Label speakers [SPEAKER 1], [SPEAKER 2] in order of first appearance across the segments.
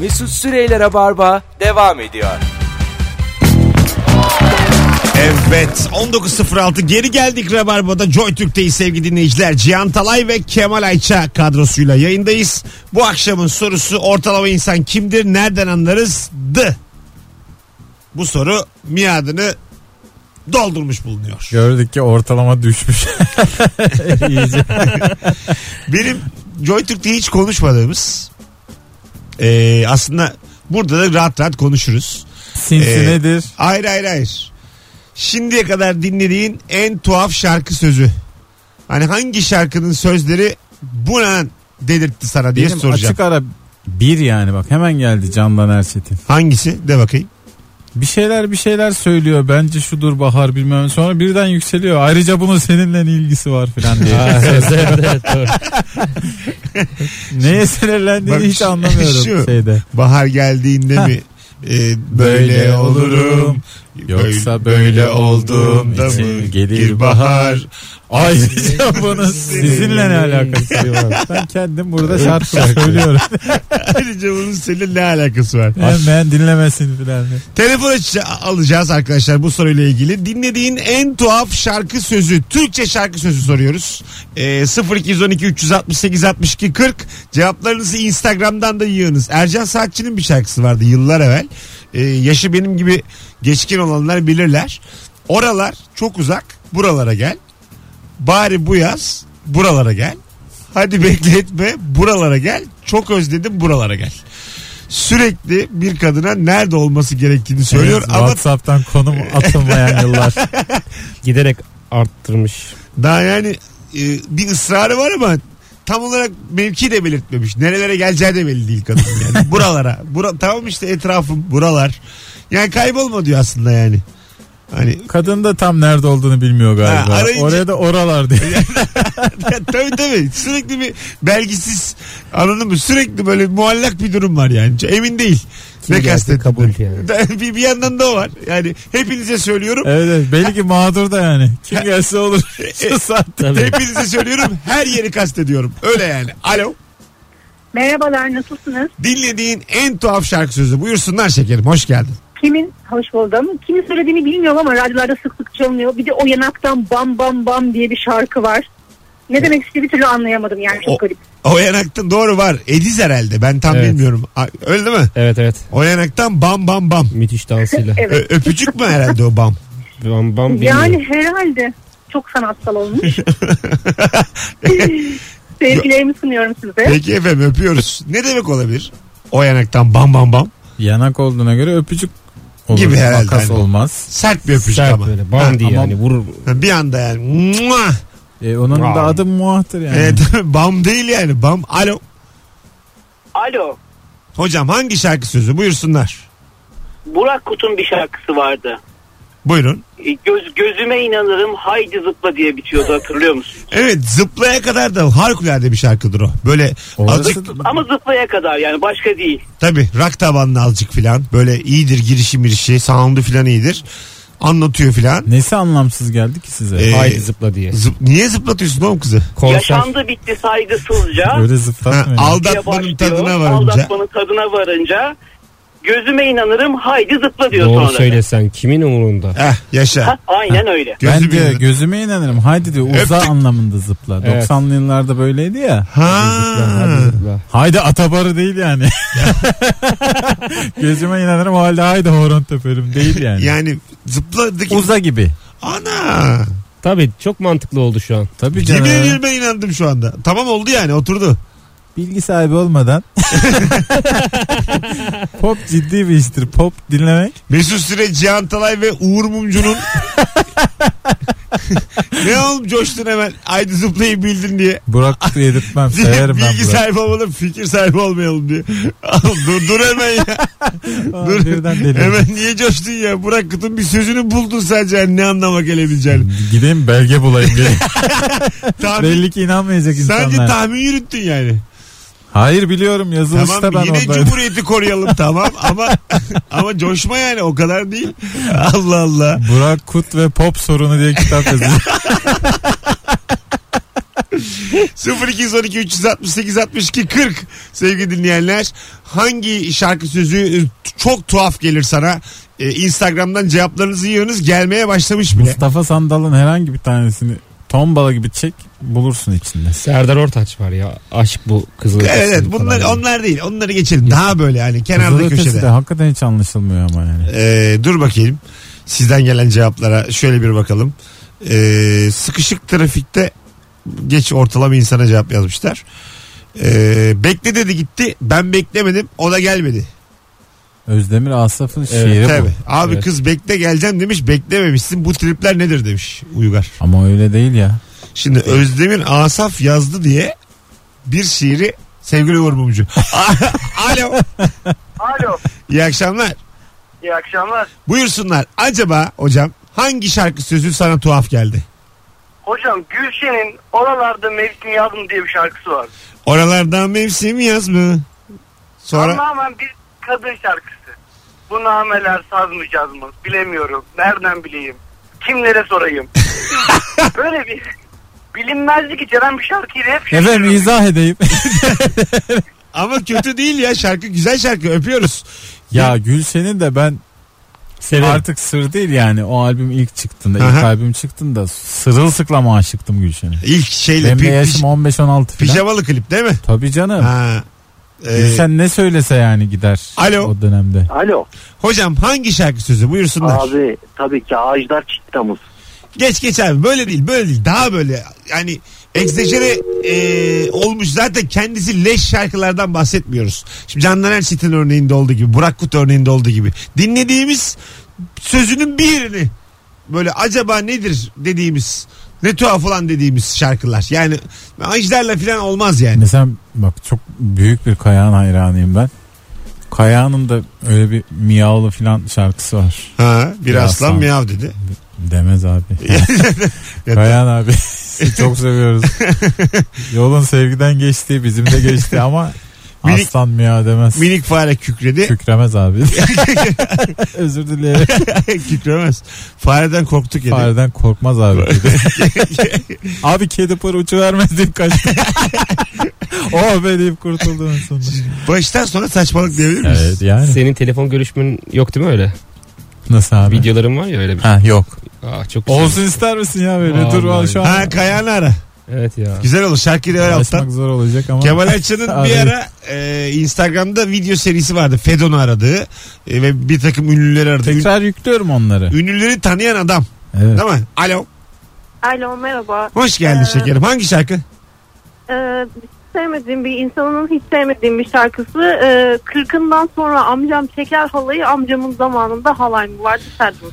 [SPEAKER 1] Mesut Süreyler'e barba devam ediyor.
[SPEAKER 2] Evet 19.06 geri geldik Rabarba'da Joy Türk'teyiz sevgili dinleyiciler. Cihan Talay ve Kemal Ayça kadrosuyla yayındayız. Bu akşamın sorusu ortalama insan kimdir nereden anlarız dı. Bu soru miadını doldurmuş bulunuyor.
[SPEAKER 3] Gördük ki ortalama düşmüş. İyice.
[SPEAKER 2] Benim Joy Türk'te hiç konuşmadığımız eee, aslında burada da rahat rahat konuşuruz.
[SPEAKER 3] Sinsi
[SPEAKER 2] Ee,
[SPEAKER 3] nedir?
[SPEAKER 2] Hayır hayır hayır. Şimdiye kadar dinlediğin en tuhaf şarkı sözü. Hani hangi şarkının sözleri bu ne lan dedirtti sana diye
[SPEAKER 3] Benim
[SPEAKER 2] soracağım.
[SPEAKER 3] açık ara bir yani bak hemen geldi Candan Erçetin.
[SPEAKER 2] Hangisi? De bakayım.
[SPEAKER 3] Bir şeyler bir şeyler söylüyor bence şudur bahar bilmem sonra birden yükseliyor. Ayrıca bunun seninle ne ilgisi var filan diye. Neye
[SPEAKER 2] Bak
[SPEAKER 3] sinirlendiğini hiç
[SPEAKER 2] şu-
[SPEAKER 3] anlamıyorum
[SPEAKER 2] şu.
[SPEAKER 3] şeyde.
[SPEAKER 2] Bahar geldiğinde mi? e, böyle,
[SPEAKER 3] Böyle
[SPEAKER 2] olurum.
[SPEAKER 3] olurum. Yoksa böyle oldum.
[SPEAKER 2] da
[SPEAKER 3] İçin
[SPEAKER 2] mı?
[SPEAKER 3] gelir
[SPEAKER 2] Gir bahar.
[SPEAKER 3] Ayrıca bunun sizinle ne alakası var? Ben kendim burada şarkı söylüyorum.
[SPEAKER 2] Ayrıca bunun seninle ne alakası var?
[SPEAKER 3] Hemen dinlemesin filan. diye.
[SPEAKER 2] Telefon aç- alacağız arkadaşlar bu soruyla ilgili. Dinlediğin en tuhaf şarkı sözü, Türkçe şarkı sözü soruyoruz. Ee, 0212 368 62 40 cevaplarınızı Instagram'dan da yığınız. Ercan Saatçı'nın bir şarkısı vardı yıllar evvel. Ee, yaşı benim gibi geçkin olanlar bilirler. Oralar çok uzak, buralara gel. Bari bu yaz buralara gel. Hadi bekletme buralara gel. Çok özledim buralara gel. Sürekli bir kadına nerede olması gerektiğini söylüyor
[SPEAKER 3] Evet,
[SPEAKER 2] ama
[SPEAKER 3] WhatsApp'tan konum atılmayan yıllar.
[SPEAKER 4] Giderek arttırmış.
[SPEAKER 2] daha yani e, bir ısrarı var ama tam olarak mevki de belirtmemiş. Nerelere geleceği de belli değil kadın yani. buralara. Bura, tamam işte etrafım buralar. Yani kaybolma diyor aslında yani. Hani
[SPEAKER 3] Kadın da tam nerede olduğunu bilmiyor galiba.
[SPEAKER 2] Ha, arayınca-
[SPEAKER 3] Oraya da oralar diye.
[SPEAKER 2] tabii tabii sürekli bir belgisiz anladın mı? Sürekli böyle muallak bir durum var yani. Emin değil.
[SPEAKER 4] Kim
[SPEAKER 2] ne
[SPEAKER 4] geldi,
[SPEAKER 2] kastettim.
[SPEAKER 4] kabul yani.
[SPEAKER 2] bir, bir yandan da o var. Yani hepinize söylüyorum.
[SPEAKER 3] Evet, evet belli ki mağdur da yani. Kim gelse olur. Şu saatte.
[SPEAKER 4] Tabii.
[SPEAKER 2] Hepinize söylüyorum. Her yeri kastediyorum. Öyle yani. Alo.
[SPEAKER 5] Merhabalar nasılsınız?
[SPEAKER 2] Dinlediğin en tuhaf şarkı sözü. Buyursunlar şekerim. Hoş geldin.
[SPEAKER 5] Kimin hoş buldum. Kimin söylediğini bilmiyorum ama radyolarda sık sık çalınıyor. Bir de o yanaktan bam bam bam diye bir şarkı var. Ne demek istediği bir türlü anlayamadım yani çok
[SPEAKER 2] O- e,
[SPEAKER 5] garip.
[SPEAKER 2] O yanaktan doğru var. Ediz herhalde. Ben tam
[SPEAKER 4] Evet.
[SPEAKER 2] bilmiyorum. A- Öyle değil mi?
[SPEAKER 4] Evet evet.
[SPEAKER 2] O yanaktan bam bam bam.
[SPEAKER 4] Müthiş dansıyla.
[SPEAKER 5] Evet.
[SPEAKER 2] Ö- öpücük mü herhalde o bam?
[SPEAKER 4] bam bam bilmiyorum.
[SPEAKER 5] Yani herhalde çok sanatsal olmuş. Sevgilerimi sunuyorum size.
[SPEAKER 2] Peki efendim öpüyoruz. Ne demek olabilir? O yanaktan bam bam bam.
[SPEAKER 3] Yanak olduğuna göre öpücük olur.
[SPEAKER 2] Gibi herhalde.
[SPEAKER 3] Makas
[SPEAKER 2] Hani-
[SPEAKER 3] olmaz.
[SPEAKER 2] Sert bir öpücük
[SPEAKER 4] Sert
[SPEAKER 2] ama.
[SPEAKER 4] böyle
[SPEAKER 2] Ha,
[SPEAKER 4] bam diye
[SPEAKER 3] ama-
[SPEAKER 4] yani vurur.
[SPEAKER 2] Ha, Bir anda yani. Mua!
[SPEAKER 3] E, onun
[SPEAKER 4] Aa.
[SPEAKER 3] da adı muahtır yani.
[SPEAKER 2] Evet, bam değil yani. Bam. Alo.
[SPEAKER 6] Alo.
[SPEAKER 2] Hocam hangi şarkı sözü? Buyursunlar.
[SPEAKER 6] Burak Kut'un bir şarkısı vardı.
[SPEAKER 2] Buyurun.
[SPEAKER 6] E, Göz, gözüme inanırım haydi zıpla diye bitiyordu hatırlıyor musun?
[SPEAKER 2] Evet zıplaya kadar da harikulade bir şarkıdır o. Böyle
[SPEAKER 3] Orası-
[SPEAKER 2] azıcık
[SPEAKER 6] Ama zıplaya kadar yani başka değil.
[SPEAKER 2] tabi rak tabanlı azıcık filan. Böyle iyidir girişi mirişi sound'u filan iyidir. Anlatıyor filan.
[SPEAKER 3] Nesi anlamsız geldi ki size?
[SPEAKER 2] E,
[SPEAKER 4] Haydi zıpla diye.
[SPEAKER 2] Zıp- niye zıplatıyorsun oğlum kızı?
[SPEAKER 4] Konser.
[SPEAKER 6] Yaşandı bitti saygısızca.
[SPEAKER 3] Böyle
[SPEAKER 2] Ha,
[SPEAKER 3] zıplatmayın.
[SPEAKER 6] diye
[SPEAKER 2] aldatmanın
[SPEAKER 6] başlıyor.
[SPEAKER 2] tadına varınca.
[SPEAKER 6] Aldatmanın tadına varınca gözüme inanırım haydi zıpla diyor
[SPEAKER 4] Doğru
[SPEAKER 6] sonra. da.
[SPEAKER 4] söylesen kimin umurunda?
[SPEAKER 2] Eh yaşa.
[SPEAKER 6] Ha, aynen öyle.
[SPEAKER 2] Gözü
[SPEAKER 3] ben diyor
[SPEAKER 2] bir.
[SPEAKER 3] gözüme inanırım. Haydi diyor uza
[SPEAKER 2] Öptük.
[SPEAKER 3] anlamında zıpla.
[SPEAKER 4] Evet.
[SPEAKER 3] 90'lı yıllarda böyleydi ya.
[SPEAKER 2] ha.
[SPEAKER 4] Hadi zıpla.
[SPEAKER 3] Haydi atabarı değil yani. Gözüme inanırım o halde haydi horon teperim değil yani.
[SPEAKER 2] Yani zıpladık.
[SPEAKER 3] Uza gibi.
[SPEAKER 2] Ana.
[SPEAKER 4] Tabii çok mantıklı oldu şu an.
[SPEAKER 3] Tabii
[SPEAKER 2] Yemin
[SPEAKER 3] canım.
[SPEAKER 2] ederim ben inandım şu anda. Tamam oldu yani oturdu.
[SPEAKER 3] Bilgi sahibi olmadan. pop ciddi bir iştir. Pop dinlemek.
[SPEAKER 2] Mesut Süre, Cihan Talay ve Uğur Mumcu'nun ne oğlum coştun hemen haydi zıplayı bildin diye.
[SPEAKER 3] Burak Kutu'yu yedirtmem. Severim ben
[SPEAKER 2] Bilgi
[SPEAKER 3] Burak.
[SPEAKER 2] sahibi olalım fikir sahibi olmayalım diye. Al, dur, dur hemen ya.
[SPEAKER 3] Aa,
[SPEAKER 2] Dur.
[SPEAKER 3] Birden delirdim.
[SPEAKER 2] hemen niye coştun ya? Burak Kut'un bir sözünü buldun sadece hani ne anlama gelebileceğini.
[SPEAKER 3] Gideyim belge bulayım. Geleyim.
[SPEAKER 2] Tahmin,
[SPEAKER 3] Belli ki inanmayacak
[SPEAKER 2] sadece
[SPEAKER 3] insanlar.
[SPEAKER 2] tahmin yürüttün yani.
[SPEAKER 3] Hayır biliyorum yazılışta
[SPEAKER 2] tamam
[SPEAKER 3] ben
[SPEAKER 2] yine
[SPEAKER 3] oradaydım.
[SPEAKER 2] cumhuriyeti koruyalım tamam ama ama coşma yani o kadar değil. Allah Allah.
[SPEAKER 3] Burak Kut ve pop sorunu diye kitap yazıyor.
[SPEAKER 2] 0212 368 62 40 sevgili dinleyenler hangi şarkı sözü e, çok tuhaf gelir sana Ee, Instagram'dan cevaplarınızı yığınız gelmeye başlamış bile.
[SPEAKER 3] Mustafa Sandal'ın herhangi bir tanesini tombala gibi çek bulursun içinde.
[SPEAKER 4] Serdar Ortaç var ya. Aşk bu kızıl.
[SPEAKER 2] Evet, evet
[SPEAKER 4] ötesi
[SPEAKER 2] bunlar
[SPEAKER 4] falan.
[SPEAKER 2] onlar değil onları geçelim daha böyle yani kenarda
[SPEAKER 3] Kızıl ötesi de
[SPEAKER 2] köşede.
[SPEAKER 3] hakikaten hiç anlaşılmıyor ama yani.
[SPEAKER 2] Ee, dur bakayım sizden gelen cevaplara şöyle bir bakalım. Ee, sıkışık trafikte geç ortalama insana cevap yazmışlar. Ee, bekle dedi gitti ben beklemedim o da gelmedi.
[SPEAKER 3] Özdemir Asaf'ın
[SPEAKER 4] Evet,
[SPEAKER 3] şiiri Şey bu.
[SPEAKER 2] Tabii. Abi
[SPEAKER 4] Evet.
[SPEAKER 2] kız bekle geleceğim demiş beklememişsin. Bu tripler nedir demiş Uygar.
[SPEAKER 3] Ama öyle değil ya.
[SPEAKER 2] Şimdi Özdemir Asaf yazdı diye bir şiiri sevgili Uğur Mumcu. Alo.
[SPEAKER 6] Alo.
[SPEAKER 2] İyi akşamlar.
[SPEAKER 6] İyi akşamlar.
[SPEAKER 2] Buyursunlar. Acaba hocam hangi şarkı sözü sana tuhaf geldi?
[SPEAKER 6] Hocam Gülşen'in oralarda mevsim yazdım diye bir şarkısı var.
[SPEAKER 2] Oralarda mevsim yaz mı? Sonra
[SPEAKER 6] Tamamen bir kadın şarkısı. Bu nameler saz mı caz mı bilemiyorum. Nereden bileyim? Kimlere sorayım? Böyle bir bilinmezlik içeren bir şarkıyı hep şey
[SPEAKER 3] Efendim
[SPEAKER 6] şaşırıyorum.
[SPEAKER 3] izah edeyim.
[SPEAKER 2] ama kötü değil ya şarkı güzel şarkı öpüyoruz.
[SPEAKER 3] ya Gülşen'in de ben
[SPEAKER 4] Severim.
[SPEAKER 3] artık sır değil yani. O albüm ilk çıktığında, ilk
[SPEAKER 2] Aha.
[SPEAKER 3] albüm çıktığında sırılsıklam aşıktım Gülşen'e.
[SPEAKER 2] İlk şeyle
[SPEAKER 3] Benim de
[SPEAKER 2] pi-
[SPEAKER 3] yaşım
[SPEAKER 2] pi-
[SPEAKER 3] 15-16 falan.
[SPEAKER 2] pijamalı klip değil mi?
[SPEAKER 3] Tabii canım.
[SPEAKER 2] Ha. Ee,
[SPEAKER 3] Gülşen ne söylese yani gider
[SPEAKER 2] Alo.
[SPEAKER 3] o dönemde.
[SPEAKER 7] Alo.
[SPEAKER 2] hocam hangi şarkı sözü buyursunlar.
[SPEAKER 7] Abi tabii ki ağaçlar çitlamız.
[SPEAKER 2] Geç geç abi böyle değil böyle değil daha böyle yani egzajere e, olmuş zaten kendisi leş şarkılardan bahsetmiyoruz. Şimdi Candan Erçetin örneğinde olduğu gibi Burak Kut örneğinde olduğu gibi dinlediğimiz sözünün birini böyle acaba nedir dediğimiz ne tuhaf olan dediğimiz şarkılar yani ajdarla falan olmaz yani.
[SPEAKER 3] Mesela bak çok büyük bir Kayağan hayranıyım ben. Kayağan'ın da öyle bir miyavlı filan şarkısı var.
[SPEAKER 2] Ha, bir
[SPEAKER 3] Ya
[SPEAKER 2] aslan
[SPEAKER 3] sen-
[SPEAKER 2] miyav dedi.
[SPEAKER 3] Demez abi.
[SPEAKER 2] Ya
[SPEAKER 3] Kayağan abi sizi çok seviyoruz. Yolun sevgiden geçti bizim de geçti ama
[SPEAKER 2] Minik-
[SPEAKER 3] aslan miyav demez.
[SPEAKER 2] Minik fare kükredi.
[SPEAKER 3] Kükremez abi. Özür dilerim.
[SPEAKER 2] Kükremez. Fareden korktuk ya.
[SPEAKER 3] Fareden korkmaz abi. abi kedi para uçuvermez deyip kaçtı. oh be deyip kurtuldum en sonunda.
[SPEAKER 2] Baştan sonra saçmalık diyebilir miyiz?
[SPEAKER 3] Evet yani.
[SPEAKER 4] Senin telefon görüşmen yok değil mi öyle?
[SPEAKER 3] Nasıl abi?
[SPEAKER 4] Videoların var ya öyle bir.
[SPEAKER 3] Ha yok.
[SPEAKER 4] Aa, çok güzel.
[SPEAKER 3] Olsun ister misin ya böyle?
[SPEAKER 4] Vallahi.
[SPEAKER 3] Dur vallahi şu an.
[SPEAKER 2] şey- Ha kayanı ara.
[SPEAKER 4] Evet ya.
[SPEAKER 2] Güzel olur. Şarkıyı da ver alttan.
[SPEAKER 3] Açmak zor olacak ama.
[SPEAKER 2] Kemal Ayça'nın bir
[SPEAKER 3] Arayın.
[SPEAKER 2] ara e, Instagram'da video serisi vardı. Fedon'u aradığı e, ve bir takım ünlüleri aradı. Ün-
[SPEAKER 3] Tekrar yüklüyorum onları.
[SPEAKER 2] Ünlüleri tanıyan adam.
[SPEAKER 3] Evet.
[SPEAKER 2] Değil mi? Alo.
[SPEAKER 8] Alo merhaba.
[SPEAKER 2] Hoş geldin
[SPEAKER 8] Ee,
[SPEAKER 2] şekerim. Hangi şarkı?
[SPEAKER 8] Ee, sevmediğim bir insanın hiç sevmediğim bir şarkısı. Ee, kırkından sonra amcam çeker halayı amcamın zamanında halay mı vardı serdiniz.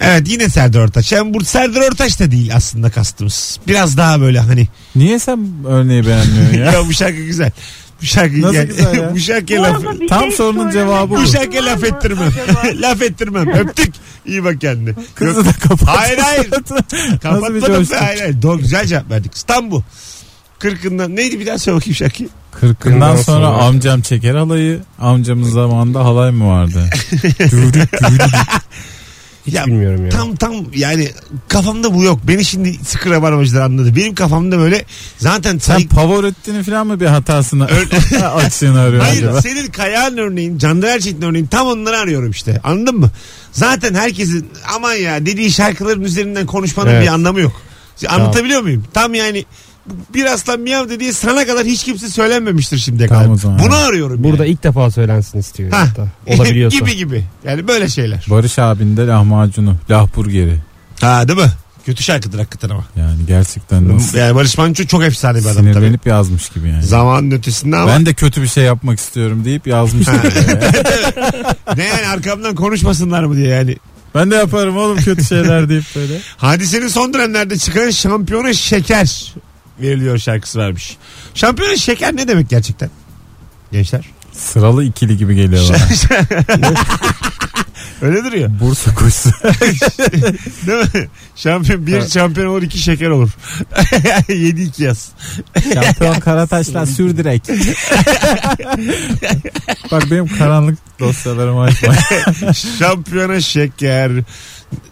[SPEAKER 2] Evet yine Serdar Ortaç. Yani bu Serdar Ortaç da değil aslında kastımız. Biraz daha böyle hani.
[SPEAKER 3] Niye sen örneği beğenmiyorsun
[SPEAKER 2] Ya,
[SPEAKER 3] ya?
[SPEAKER 2] bu şarkı güzel. Bu şarkı
[SPEAKER 3] Nasıl güzel ya?
[SPEAKER 2] bu şarkıya
[SPEAKER 8] Bu
[SPEAKER 2] laf,
[SPEAKER 8] arada bir şey
[SPEAKER 3] Tam sorunun
[SPEAKER 8] söylemek
[SPEAKER 3] cevabı bu.
[SPEAKER 2] bu
[SPEAKER 8] lazım
[SPEAKER 2] şarkıya laf
[SPEAKER 8] mı
[SPEAKER 2] ettirmem.
[SPEAKER 8] acaba?
[SPEAKER 2] laf ettirmem. Öptük. İyi bak kendine.
[SPEAKER 3] Kızı da kapat.
[SPEAKER 2] Hayır, hayır. Kapatmadım.
[SPEAKER 3] coşku?
[SPEAKER 2] Hayır hayır. Doğru, güzel cevap verdik. İstanbul. Kırkından neydi bir daha söyle bakayım şarkıyı.
[SPEAKER 3] Kırkından sonra amcam çeker halayı. Amcamın zamanında halay mı vardı? Dürük dürük.
[SPEAKER 4] Hiç
[SPEAKER 2] Ya,
[SPEAKER 4] bilmiyorum ya.
[SPEAKER 2] Tam tam yani kafamda bu yok. Beni şimdi sıkı rabarbacılar anladı. Benim kafamda böyle zaten
[SPEAKER 3] Sen
[SPEAKER 2] say-
[SPEAKER 3] Pavarotti'nin falan mı bir hatasını açığını arıyorsun
[SPEAKER 2] Hayır
[SPEAKER 3] acaba?
[SPEAKER 2] senin Kayağan örneğin, Candan Erçetin örneğin tam onları arıyorum işte. Anladın mı? Zaten herkesin aman ya dediği şarkıların üzerinden konuşmanın
[SPEAKER 4] Evet.
[SPEAKER 2] bir anlamı yok. Anlatabiliyor muyum? Tam yani bir aslan miyav dediği sana kadar hiç kimse söylenmemiştir şimdiye
[SPEAKER 3] Tamam
[SPEAKER 2] kadar.
[SPEAKER 3] o zaman,
[SPEAKER 2] Bunu
[SPEAKER 3] evet.
[SPEAKER 2] arıyorum.
[SPEAKER 4] Burada
[SPEAKER 2] yani.
[SPEAKER 4] ilk defa söylensin istiyorum
[SPEAKER 2] Ha.
[SPEAKER 4] hatta. Olabiliyorsa.
[SPEAKER 2] gibi gibi. Yani böyle şeyler.
[SPEAKER 3] Barış abin de lahmacunu, lahburgeri.
[SPEAKER 2] Ha değil mi? Kötü şarkıdır hakikaten ama.
[SPEAKER 3] Yani gerçekten nasıl
[SPEAKER 2] Yani Barış Manço çok efsane bir adam tabii.
[SPEAKER 3] sinirlenip yazmış gibi yani.
[SPEAKER 2] Zamanın ötesinde ama.
[SPEAKER 3] Ben de kötü bir şey yapmak istiyorum deyip yazmış.
[SPEAKER 2] Ne yani arkamdan konuşmasınlar mı diye yani.
[SPEAKER 3] ben de yaparım oğlum kötü şeyler deyip böyle.
[SPEAKER 2] Hadisenin son dönemlerde çıkan şampiyona şeker veriliyor şarkısı varmış. Şampiyona şeker ne demek gerçekten? Gençler.
[SPEAKER 3] Sıralı ikili gibi geliyor bana.
[SPEAKER 2] Öyle duruyor.
[SPEAKER 3] Bursa koşusu.
[SPEAKER 2] Değil mi? Şampiyon, bir
[SPEAKER 3] Evet.
[SPEAKER 2] şampiyon olur iki şeker olur. Yedi iki yaz.
[SPEAKER 3] Şampiyon Karataş'la sür direkt. Bak benim karanlık dosyalarımı açma.
[SPEAKER 2] Şampiyona şeker.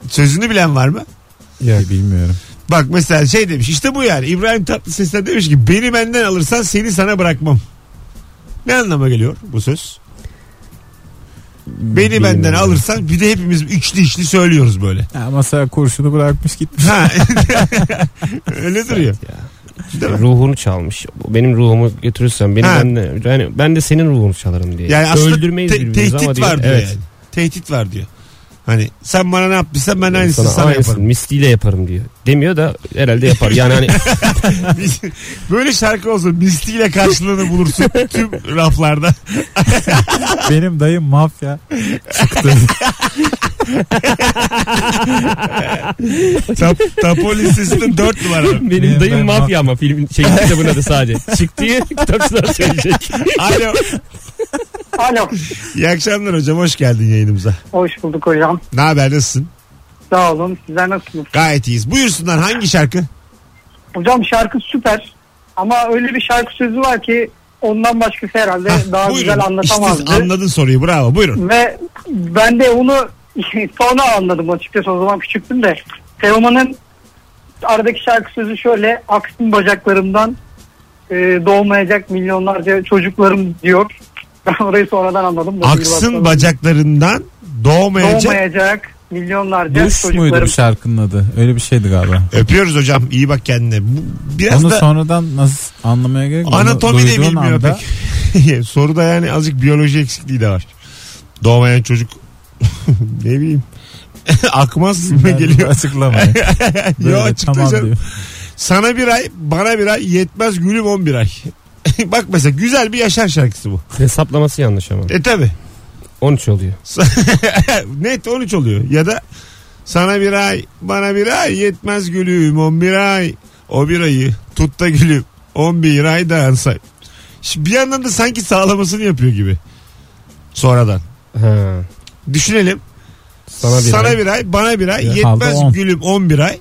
[SPEAKER 2] Sözünü bilen var mı?
[SPEAKER 3] Ya bilmiyorum.
[SPEAKER 2] Bak mesela şey demiş işte bu yani İbrahim Tatlıses'ten demiş ki beni benden alırsan seni sana bırakmam. Ne anlama geliyor bu söz? Beni benden alırsan bir de hepimiz üçlü üçlü söylüyoruz böyle.
[SPEAKER 3] Ya masaya kurşunu bırakmış gitmiş.
[SPEAKER 2] Ha. Öyle duruyor. Değil mi?
[SPEAKER 4] Ruhunu çalmış. Benim ruhumu götürürsen beni
[SPEAKER 2] Ha.
[SPEAKER 4] ben de, yani ben de senin ruhunu çalarım diye.
[SPEAKER 2] Yani aslında
[SPEAKER 4] Öldürmeyiz
[SPEAKER 2] te-
[SPEAKER 4] birbirimizi ama
[SPEAKER 2] tehdit
[SPEAKER 4] diyor-
[SPEAKER 2] var diyor
[SPEAKER 4] evet.
[SPEAKER 2] yani. Tehdit var diyor. Hani sen bana ne yaptıysan ben aynısını
[SPEAKER 4] Sana,
[SPEAKER 2] sana,
[SPEAKER 4] aynısını
[SPEAKER 2] yaparım.
[SPEAKER 4] misliyle yaparım diyor. Demiyor da herhalde yapar. Yani hani
[SPEAKER 2] Böyle şarkı olsun misliyle karşılığını bulursun tüm raflarda.
[SPEAKER 3] Benim dayım mafya.
[SPEAKER 2] Tap, tapo listesinde 4 numara.
[SPEAKER 4] benim
[SPEAKER 3] Ben-
[SPEAKER 4] dayım
[SPEAKER 3] ben-
[SPEAKER 4] mafya ama filmin şey kitabın adı sadece. Çık diye kitapçılar söyleyecek.
[SPEAKER 2] Alo.
[SPEAKER 5] Alo.
[SPEAKER 2] İyi akşamlar hocam hoş geldin yayınımıza.
[SPEAKER 5] Hoş bulduk hocam.
[SPEAKER 2] Ne haber nasılsın?
[SPEAKER 5] Sağ olun. Sizler nasılsınız?
[SPEAKER 2] Gayet iyiyiz. Buyursunlar hangi şarkı?
[SPEAKER 5] Hocam şarkı süper. Ama öyle bir şarkı sözü var ki ondan başkası herhalde
[SPEAKER 2] Hah,
[SPEAKER 5] daha
[SPEAKER 2] buyurun.
[SPEAKER 5] güzel anlatamazdı.
[SPEAKER 2] İşte anladın soruyu bravo buyurun.
[SPEAKER 5] Ve ben de onu sonra anladım açıkçası o zaman küçüktüm de. Teoman'ın aradaki şarkı sözü şöyle. Aksın bacaklarımdan e, doğmayacak milyonlarca çocuklarım diyor. Ben orayı sonradan anladım. da
[SPEAKER 2] Aksın
[SPEAKER 5] yıllar
[SPEAKER 2] bacaklarından
[SPEAKER 5] sonra.
[SPEAKER 2] doğmayacak.
[SPEAKER 5] Doğmayacak milyonlarca
[SPEAKER 3] Duş muydu
[SPEAKER 5] çocuklarım.
[SPEAKER 3] bu şarkının adı? Öyle bir şeydi galiba.
[SPEAKER 2] Öpüyoruz hocam iyi bak kendine. Bu- Biraz
[SPEAKER 3] Onu
[SPEAKER 2] da
[SPEAKER 3] sonradan nasıl anlamaya gerek yok. Onu
[SPEAKER 2] anatomi de
[SPEAKER 3] duyduğun
[SPEAKER 2] bilmiyor
[SPEAKER 3] anda-
[SPEAKER 2] pek. Soruda yani azıcık biyoloji eksikliği de var. Doğmayan çocuk ne bileyim akmaz mı
[SPEAKER 3] Ben
[SPEAKER 2] geliyor.
[SPEAKER 3] Açıklamayın.
[SPEAKER 2] Yo
[SPEAKER 3] Böyle
[SPEAKER 2] açıklayacağım.
[SPEAKER 3] diyor.
[SPEAKER 2] Sana bir ay, bana bir ay yetmez gülüm on bir ay. Bak mesela güzel bir Yaşar şarkısı bu.
[SPEAKER 4] Hesaplaması yanlış ama.
[SPEAKER 2] E tabi.
[SPEAKER 4] 13 oluyor.
[SPEAKER 2] Net 13 oluyor. Ya da sana bir ay, bana bir ay yetmez gülüm on bir ay. O bir ayı tut da gülüm on bir ay da ansay. Şimdi bir yandan da sanki sağlamasını yapıyor gibi. Sonradan.
[SPEAKER 4] Ha.
[SPEAKER 2] Düşünelim.
[SPEAKER 4] Sana bir ay.
[SPEAKER 2] bana bir ay
[SPEAKER 3] Ya,
[SPEAKER 2] yetmez
[SPEAKER 3] aldı on.
[SPEAKER 2] gülüm on bir ay.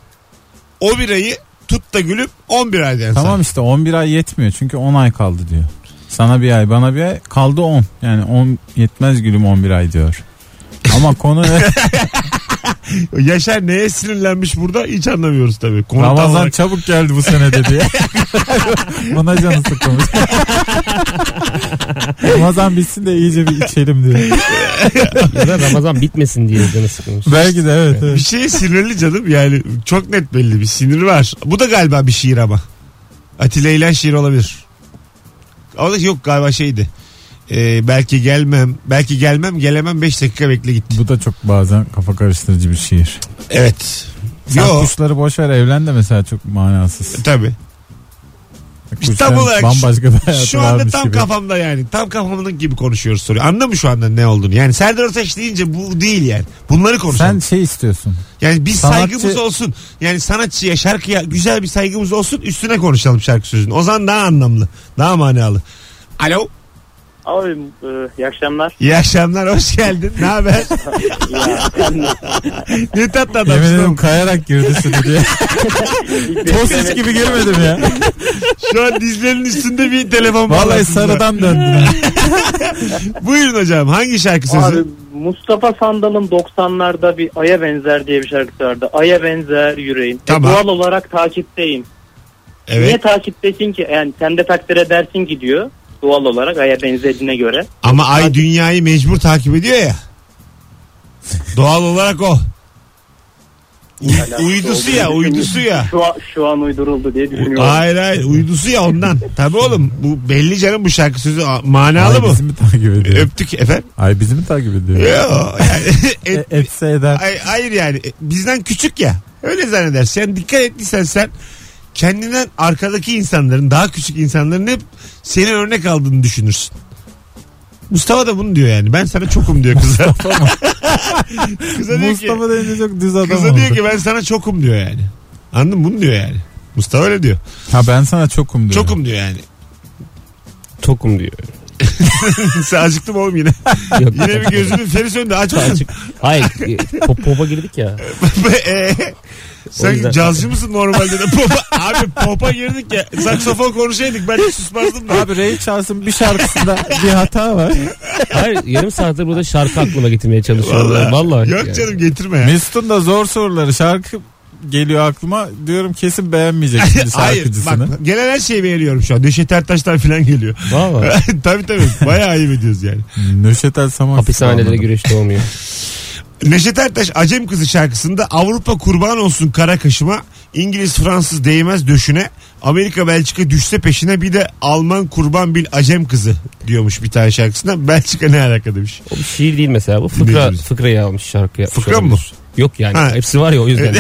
[SPEAKER 2] O bir ayı tut da gülüm on bir ay da ansay.
[SPEAKER 3] Tamam işte 11 ay yetmiyor çünkü 10 ay kaldı diyor. Sana bir ay bana bir ay kaldı 10. Yani 10 yetmez gülüm 11 ay diyor. Ama konu ne?
[SPEAKER 2] Yaşar neye sinirlenmiş burada hiç anlamıyoruz tabii. Konu tam
[SPEAKER 3] Ramazan
[SPEAKER 2] olarak-
[SPEAKER 3] çabuk geldi bu sene dedi. Buna canı sıkılmış. Ramazan bitsin de iyice bir içelim diyor.
[SPEAKER 4] Ya da Ramazan bitmesin diye canı sıkılmış.
[SPEAKER 3] Belki de evet.
[SPEAKER 2] Bir
[SPEAKER 3] evet.
[SPEAKER 2] şeye sinirli canım yani çok net belli bir sinir var. Bu da galiba bir şiir ama. Atilla İlhan şiir olabilir. O da yok galiba şeydi. Ee, belki gelmem, belki gelmem, gelemem 5 dakika bekle gitti.
[SPEAKER 3] Bu da çok bazen kafa karıştırıcı bir şiir.
[SPEAKER 2] Evet.
[SPEAKER 3] Sen
[SPEAKER 2] Yok.
[SPEAKER 3] kuşları boş ver evlen de mesela çok manasız.
[SPEAKER 2] Tabii.
[SPEAKER 3] Kuşların
[SPEAKER 2] tam olarak şu-
[SPEAKER 3] bambaşka bir şey hayatı
[SPEAKER 2] Şu anda
[SPEAKER 3] varmış
[SPEAKER 2] tam
[SPEAKER 3] gibi.
[SPEAKER 2] kafamda yani. Tam kafamın gibi konuşuyoruz soruyu. Anladın mı şu anda ne olduğunu? Yani Serdar Ortaç deyince bu değil yani. Bunları konuşalım.
[SPEAKER 3] Sen şey istiyorsun.
[SPEAKER 2] Yani bir
[SPEAKER 3] Sanatçı-
[SPEAKER 2] saygımız olsun. Yani sanatçıya, şarkıya güzel bir saygımız olsun. Üstüne konuşalım şarkı sözünü. O zaman daha anlamlı. Daha manalı. Alo.
[SPEAKER 9] Abi e, iyi akşamlar.
[SPEAKER 2] İyi akşamlar. Hoş geldin. Ne haber? ne tatlı
[SPEAKER 3] Yemin
[SPEAKER 2] adamsın.
[SPEAKER 3] ederim
[SPEAKER 2] oğlum.
[SPEAKER 3] kayarak girdi stüdyoya. Tosis gibi girmedim ya.
[SPEAKER 2] Şu an dizlerinin üstünde bir telefon
[SPEAKER 3] Vallahi
[SPEAKER 2] bağlantısı var.
[SPEAKER 3] sarıdan döndüm.
[SPEAKER 2] Buyurun hocam. Hangi şarkı
[SPEAKER 9] Abi
[SPEAKER 2] sözü?
[SPEAKER 9] Mustafa Sandal'ın 90'larda bir Ay'a benzer diye bir şarkısı vardı. Ay'a benzer yüreğim. E,
[SPEAKER 2] Tamam.
[SPEAKER 9] doğal olarak takipteyim. Niye
[SPEAKER 2] Evet.
[SPEAKER 9] takiptesin ki? Yani sen de takdir edersin ki diyor. Doğal olarak Ay'a benzediğine göre.
[SPEAKER 2] Ama ay dünyayı mecbur takip ediyor ya. Doğal olarak o. Uy-
[SPEAKER 9] Alakası
[SPEAKER 2] uydusu ya,
[SPEAKER 9] olduğunu
[SPEAKER 2] uydusu
[SPEAKER 9] düşünüyorum.
[SPEAKER 2] ya.
[SPEAKER 9] Şu an, şu an uyduruldu diye düşünüyorum.
[SPEAKER 2] Hayır hayır uydusu ya ondan. Tabii oğlum bu belli canım bu şarkı sözü a- manalı
[SPEAKER 3] Ay
[SPEAKER 2] bu.
[SPEAKER 3] bizi mi takip ediyor?
[SPEAKER 2] Öptük efendim.
[SPEAKER 3] Ay bizi mi takip
[SPEAKER 2] Yo,
[SPEAKER 3] ediyor?
[SPEAKER 2] yani,
[SPEAKER 3] E,
[SPEAKER 2] et-
[SPEAKER 3] etse eder.
[SPEAKER 2] ay- hayır yani e, bizden küçük ya. Öyle zannedersin. Yani dikkat ettiysen sen kendinden arkadaki insanların daha küçük insanların hep seni örnek aldığını düşünürsün. Mustafa da bunu diyor yani. Ben sana çokum diyor kıza. kıza diyor ki,
[SPEAKER 3] Mustafa deyince çok düz adam
[SPEAKER 2] kıza
[SPEAKER 3] oldu.
[SPEAKER 2] diyor ki ben sana çokum diyor yani. Anladın mı? Bunu diyor yani. Mustafa öyle diyor.
[SPEAKER 3] Ha ben sana çokum diyorum.
[SPEAKER 2] Çokum diyor yani.
[SPEAKER 4] Tokum diyor.
[SPEAKER 2] Sen acıktım oğlum yine.
[SPEAKER 4] Yok.
[SPEAKER 2] Yine bir gözünün feri söndü aç mısın?
[SPEAKER 4] Hayır e, pop- popa girdik ya.
[SPEAKER 2] Ee,
[SPEAKER 4] O
[SPEAKER 2] Sen
[SPEAKER 4] yüzden-
[SPEAKER 2] cazcı mısın normalde de? Popa, abi popa girdik ya. Saksofon konuşaydık ben hiç susmazdım da.
[SPEAKER 3] Abi Ray Charles'ın bir şarkısında bir hata var.
[SPEAKER 4] Hayır yarım saattir burada şarkı aklıma getirmeye
[SPEAKER 2] Vallahi.
[SPEAKER 4] çalışıyorlar. Vallahi.
[SPEAKER 2] Yok
[SPEAKER 4] yani.
[SPEAKER 2] canım getirme ya.
[SPEAKER 3] Mesut'un da zor soruları şarkı geliyor aklıma. Diyorum kesin beğenmeyecek şimdi
[SPEAKER 2] Hayır
[SPEAKER 3] şarkıcısını.
[SPEAKER 2] bak gelen her şeyi beğeniyorum şu an. Neşet Ertaş'tan falan geliyor.
[SPEAKER 4] Valla.
[SPEAKER 2] tabii tabii bayağı ayıp ediyoruz yani.
[SPEAKER 3] Nöşet El Saman.
[SPEAKER 4] Hapishanelere
[SPEAKER 3] Anladım.
[SPEAKER 4] güreşte olmuyor.
[SPEAKER 2] Neşet Ertaş Acem Kızı şarkısında Avrupa kurban olsun kara kaşıma, İngiliz Fransız değmez döşüne, Amerika Belçika düşse peşine bir de Alman kurban bil Acem Kızı diyormuş bir tane şarkısında. Belçika ne alaka demiş.
[SPEAKER 4] O bir şiir değil mesela bu. Fıkra,
[SPEAKER 2] Dinleyicimiz.
[SPEAKER 4] fıkrayı almış şarkı yapmış.
[SPEAKER 2] Fıkra mı
[SPEAKER 4] olabilir. Yok yani.
[SPEAKER 2] Ha.
[SPEAKER 4] Hepsi var ya o yüzden. Yani.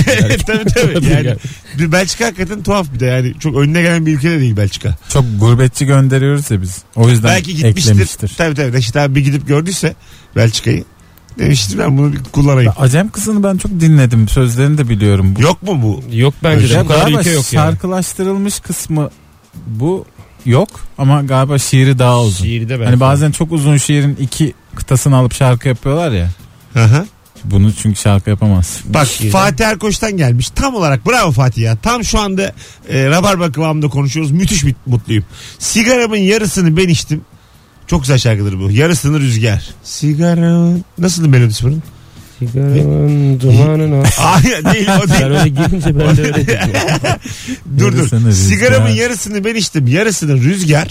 [SPEAKER 2] tabii tabii.
[SPEAKER 4] Olabilir
[SPEAKER 2] Yani,
[SPEAKER 4] yani.
[SPEAKER 2] bir Belçika hakikaten tuhaf bir de yani çok önüne gelen bir ülke de değil Belçika.
[SPEAKER 3] Çok gurbetçi gönderiyoruz ya biz. O yüzden
[SPEAKER 2] Belki gitmiştir.
[SPEAKER 3] eklemiştir.
[SPEAKER 2] Tabii tabii Neşet abi bir gidip gördüyse Belçika'yı demiştir ben bunu bir kullanayım.
[SPEAKER 3] Acem kızını ben çok dinledim. Sözlerini de biliyorum. Bu
[SPEAKER 2] Yok mu bu?
[SPEAKER 4] Yok bence de.
[SPEAKER 3] Ya
[SPEAKER 4] Bu kadar
[SPEAKER 3] galiba
[SPEAKER 4] ülke yok yani.
[SPEAKER 3] şarkılaştırılmış kısmı bu yok ama galiba şiiri daha uzun.
[SPEAKER 4] Şiiri de belki.
[SPEAKER 3] Hani bazen çok uzun şiirin iki kıtasını alıp şarkı yapıyorlar ya.
[SPEAKER 2] Aha.
[SPEAKER 3] Bunu çünkü şarkı yapamaz.
[SPEAKER 2] Bak
[SPEAKER 4] şey.
[SPEAKER 2] Fatih Erkoç'tan gelmiş. Tam olarak bravo Fatih ya. Tam şu anda e, Rabarba kıvamında konuşuyoruz. Müthiş bir, mutluyum. Sigaramın yarısını ben içtim. Çok güzel şarkıdır bu. Yarısını rüzgar. Sigara nasıl melodisi bunun?
[SPEAKER 4] Sigaranın dumanına.
[SPEAKER 2] Hayır değil o
[SPEAKER 4] Ben
[SPEAKER 2] değil.
[SPEAKER 4] öyle girince ben de öyle dedim.
[SPEAKER 2] dur dur.
[SPEAKER 3] Yarısını
[SPEAKER 2] Sigaramın
[SPEAKER 3] rüzgar.
[SPEAKER 2] yarısını ben içtim. Yarısını rüzgar.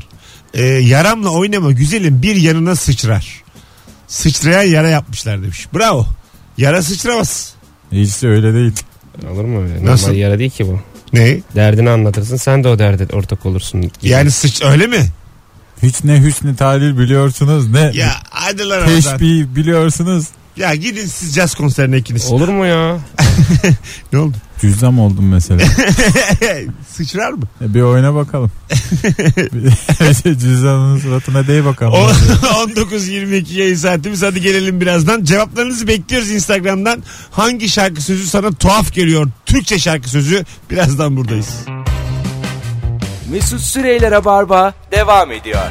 [SPEAKER 2] E, yaramla oynama güzelim bir yanına sıçrar. Sıçrayan yara yapmışlar demiş. Bravo. Yara sıçramaz.
[SPEAKER 3] Hiç öyle değil.
[SPEAKER 4] Olur mu öyle?
[SPEAKER 2] Nasıl?
[SPEAKER 4] Normal yara değil ki bu.
[SPEAKER 2] Ne?
[SPEAKER 4] Derdini anlatırsın sen de o derde ortak olursun. gibi.
[SPEAKER 2] Yani sıç öyle mi?
[SPEAKER 3] Hiç ne hüsnü talil biliyorsunuz ne
[SPEAKER 2] Ya hadi lan oradan.
[SPEAKER 3] teşbih biliyorsunuz.
[SPEAKER 2] Ya gidin siz jazz konserine ikiniz.
[SPEAKER 4] Olur mu ya?
[SPEAKER 2] Ne oldu?
[SPEAKER 3] Cüzdan oldum mesela.
[SPEAKER 2] Sıçrar mı?
[SPEAKER 3] E, bir oyna bakalım. Bir- Cüzdanın suratına değ bakalım.
[SPEAKER 2] O- 19.22 yayın saatimiz. Hadi gelelim birazdan. Cevaplarınızı bekliyoruz Instagram'dan. Hangi şarkı sözü sana tuhaf geliyor? Türkçe şarkı sözü. Birazdan buradayız.
[SPEAKER 1] Mesut Süreyler'e barba devam ediyor.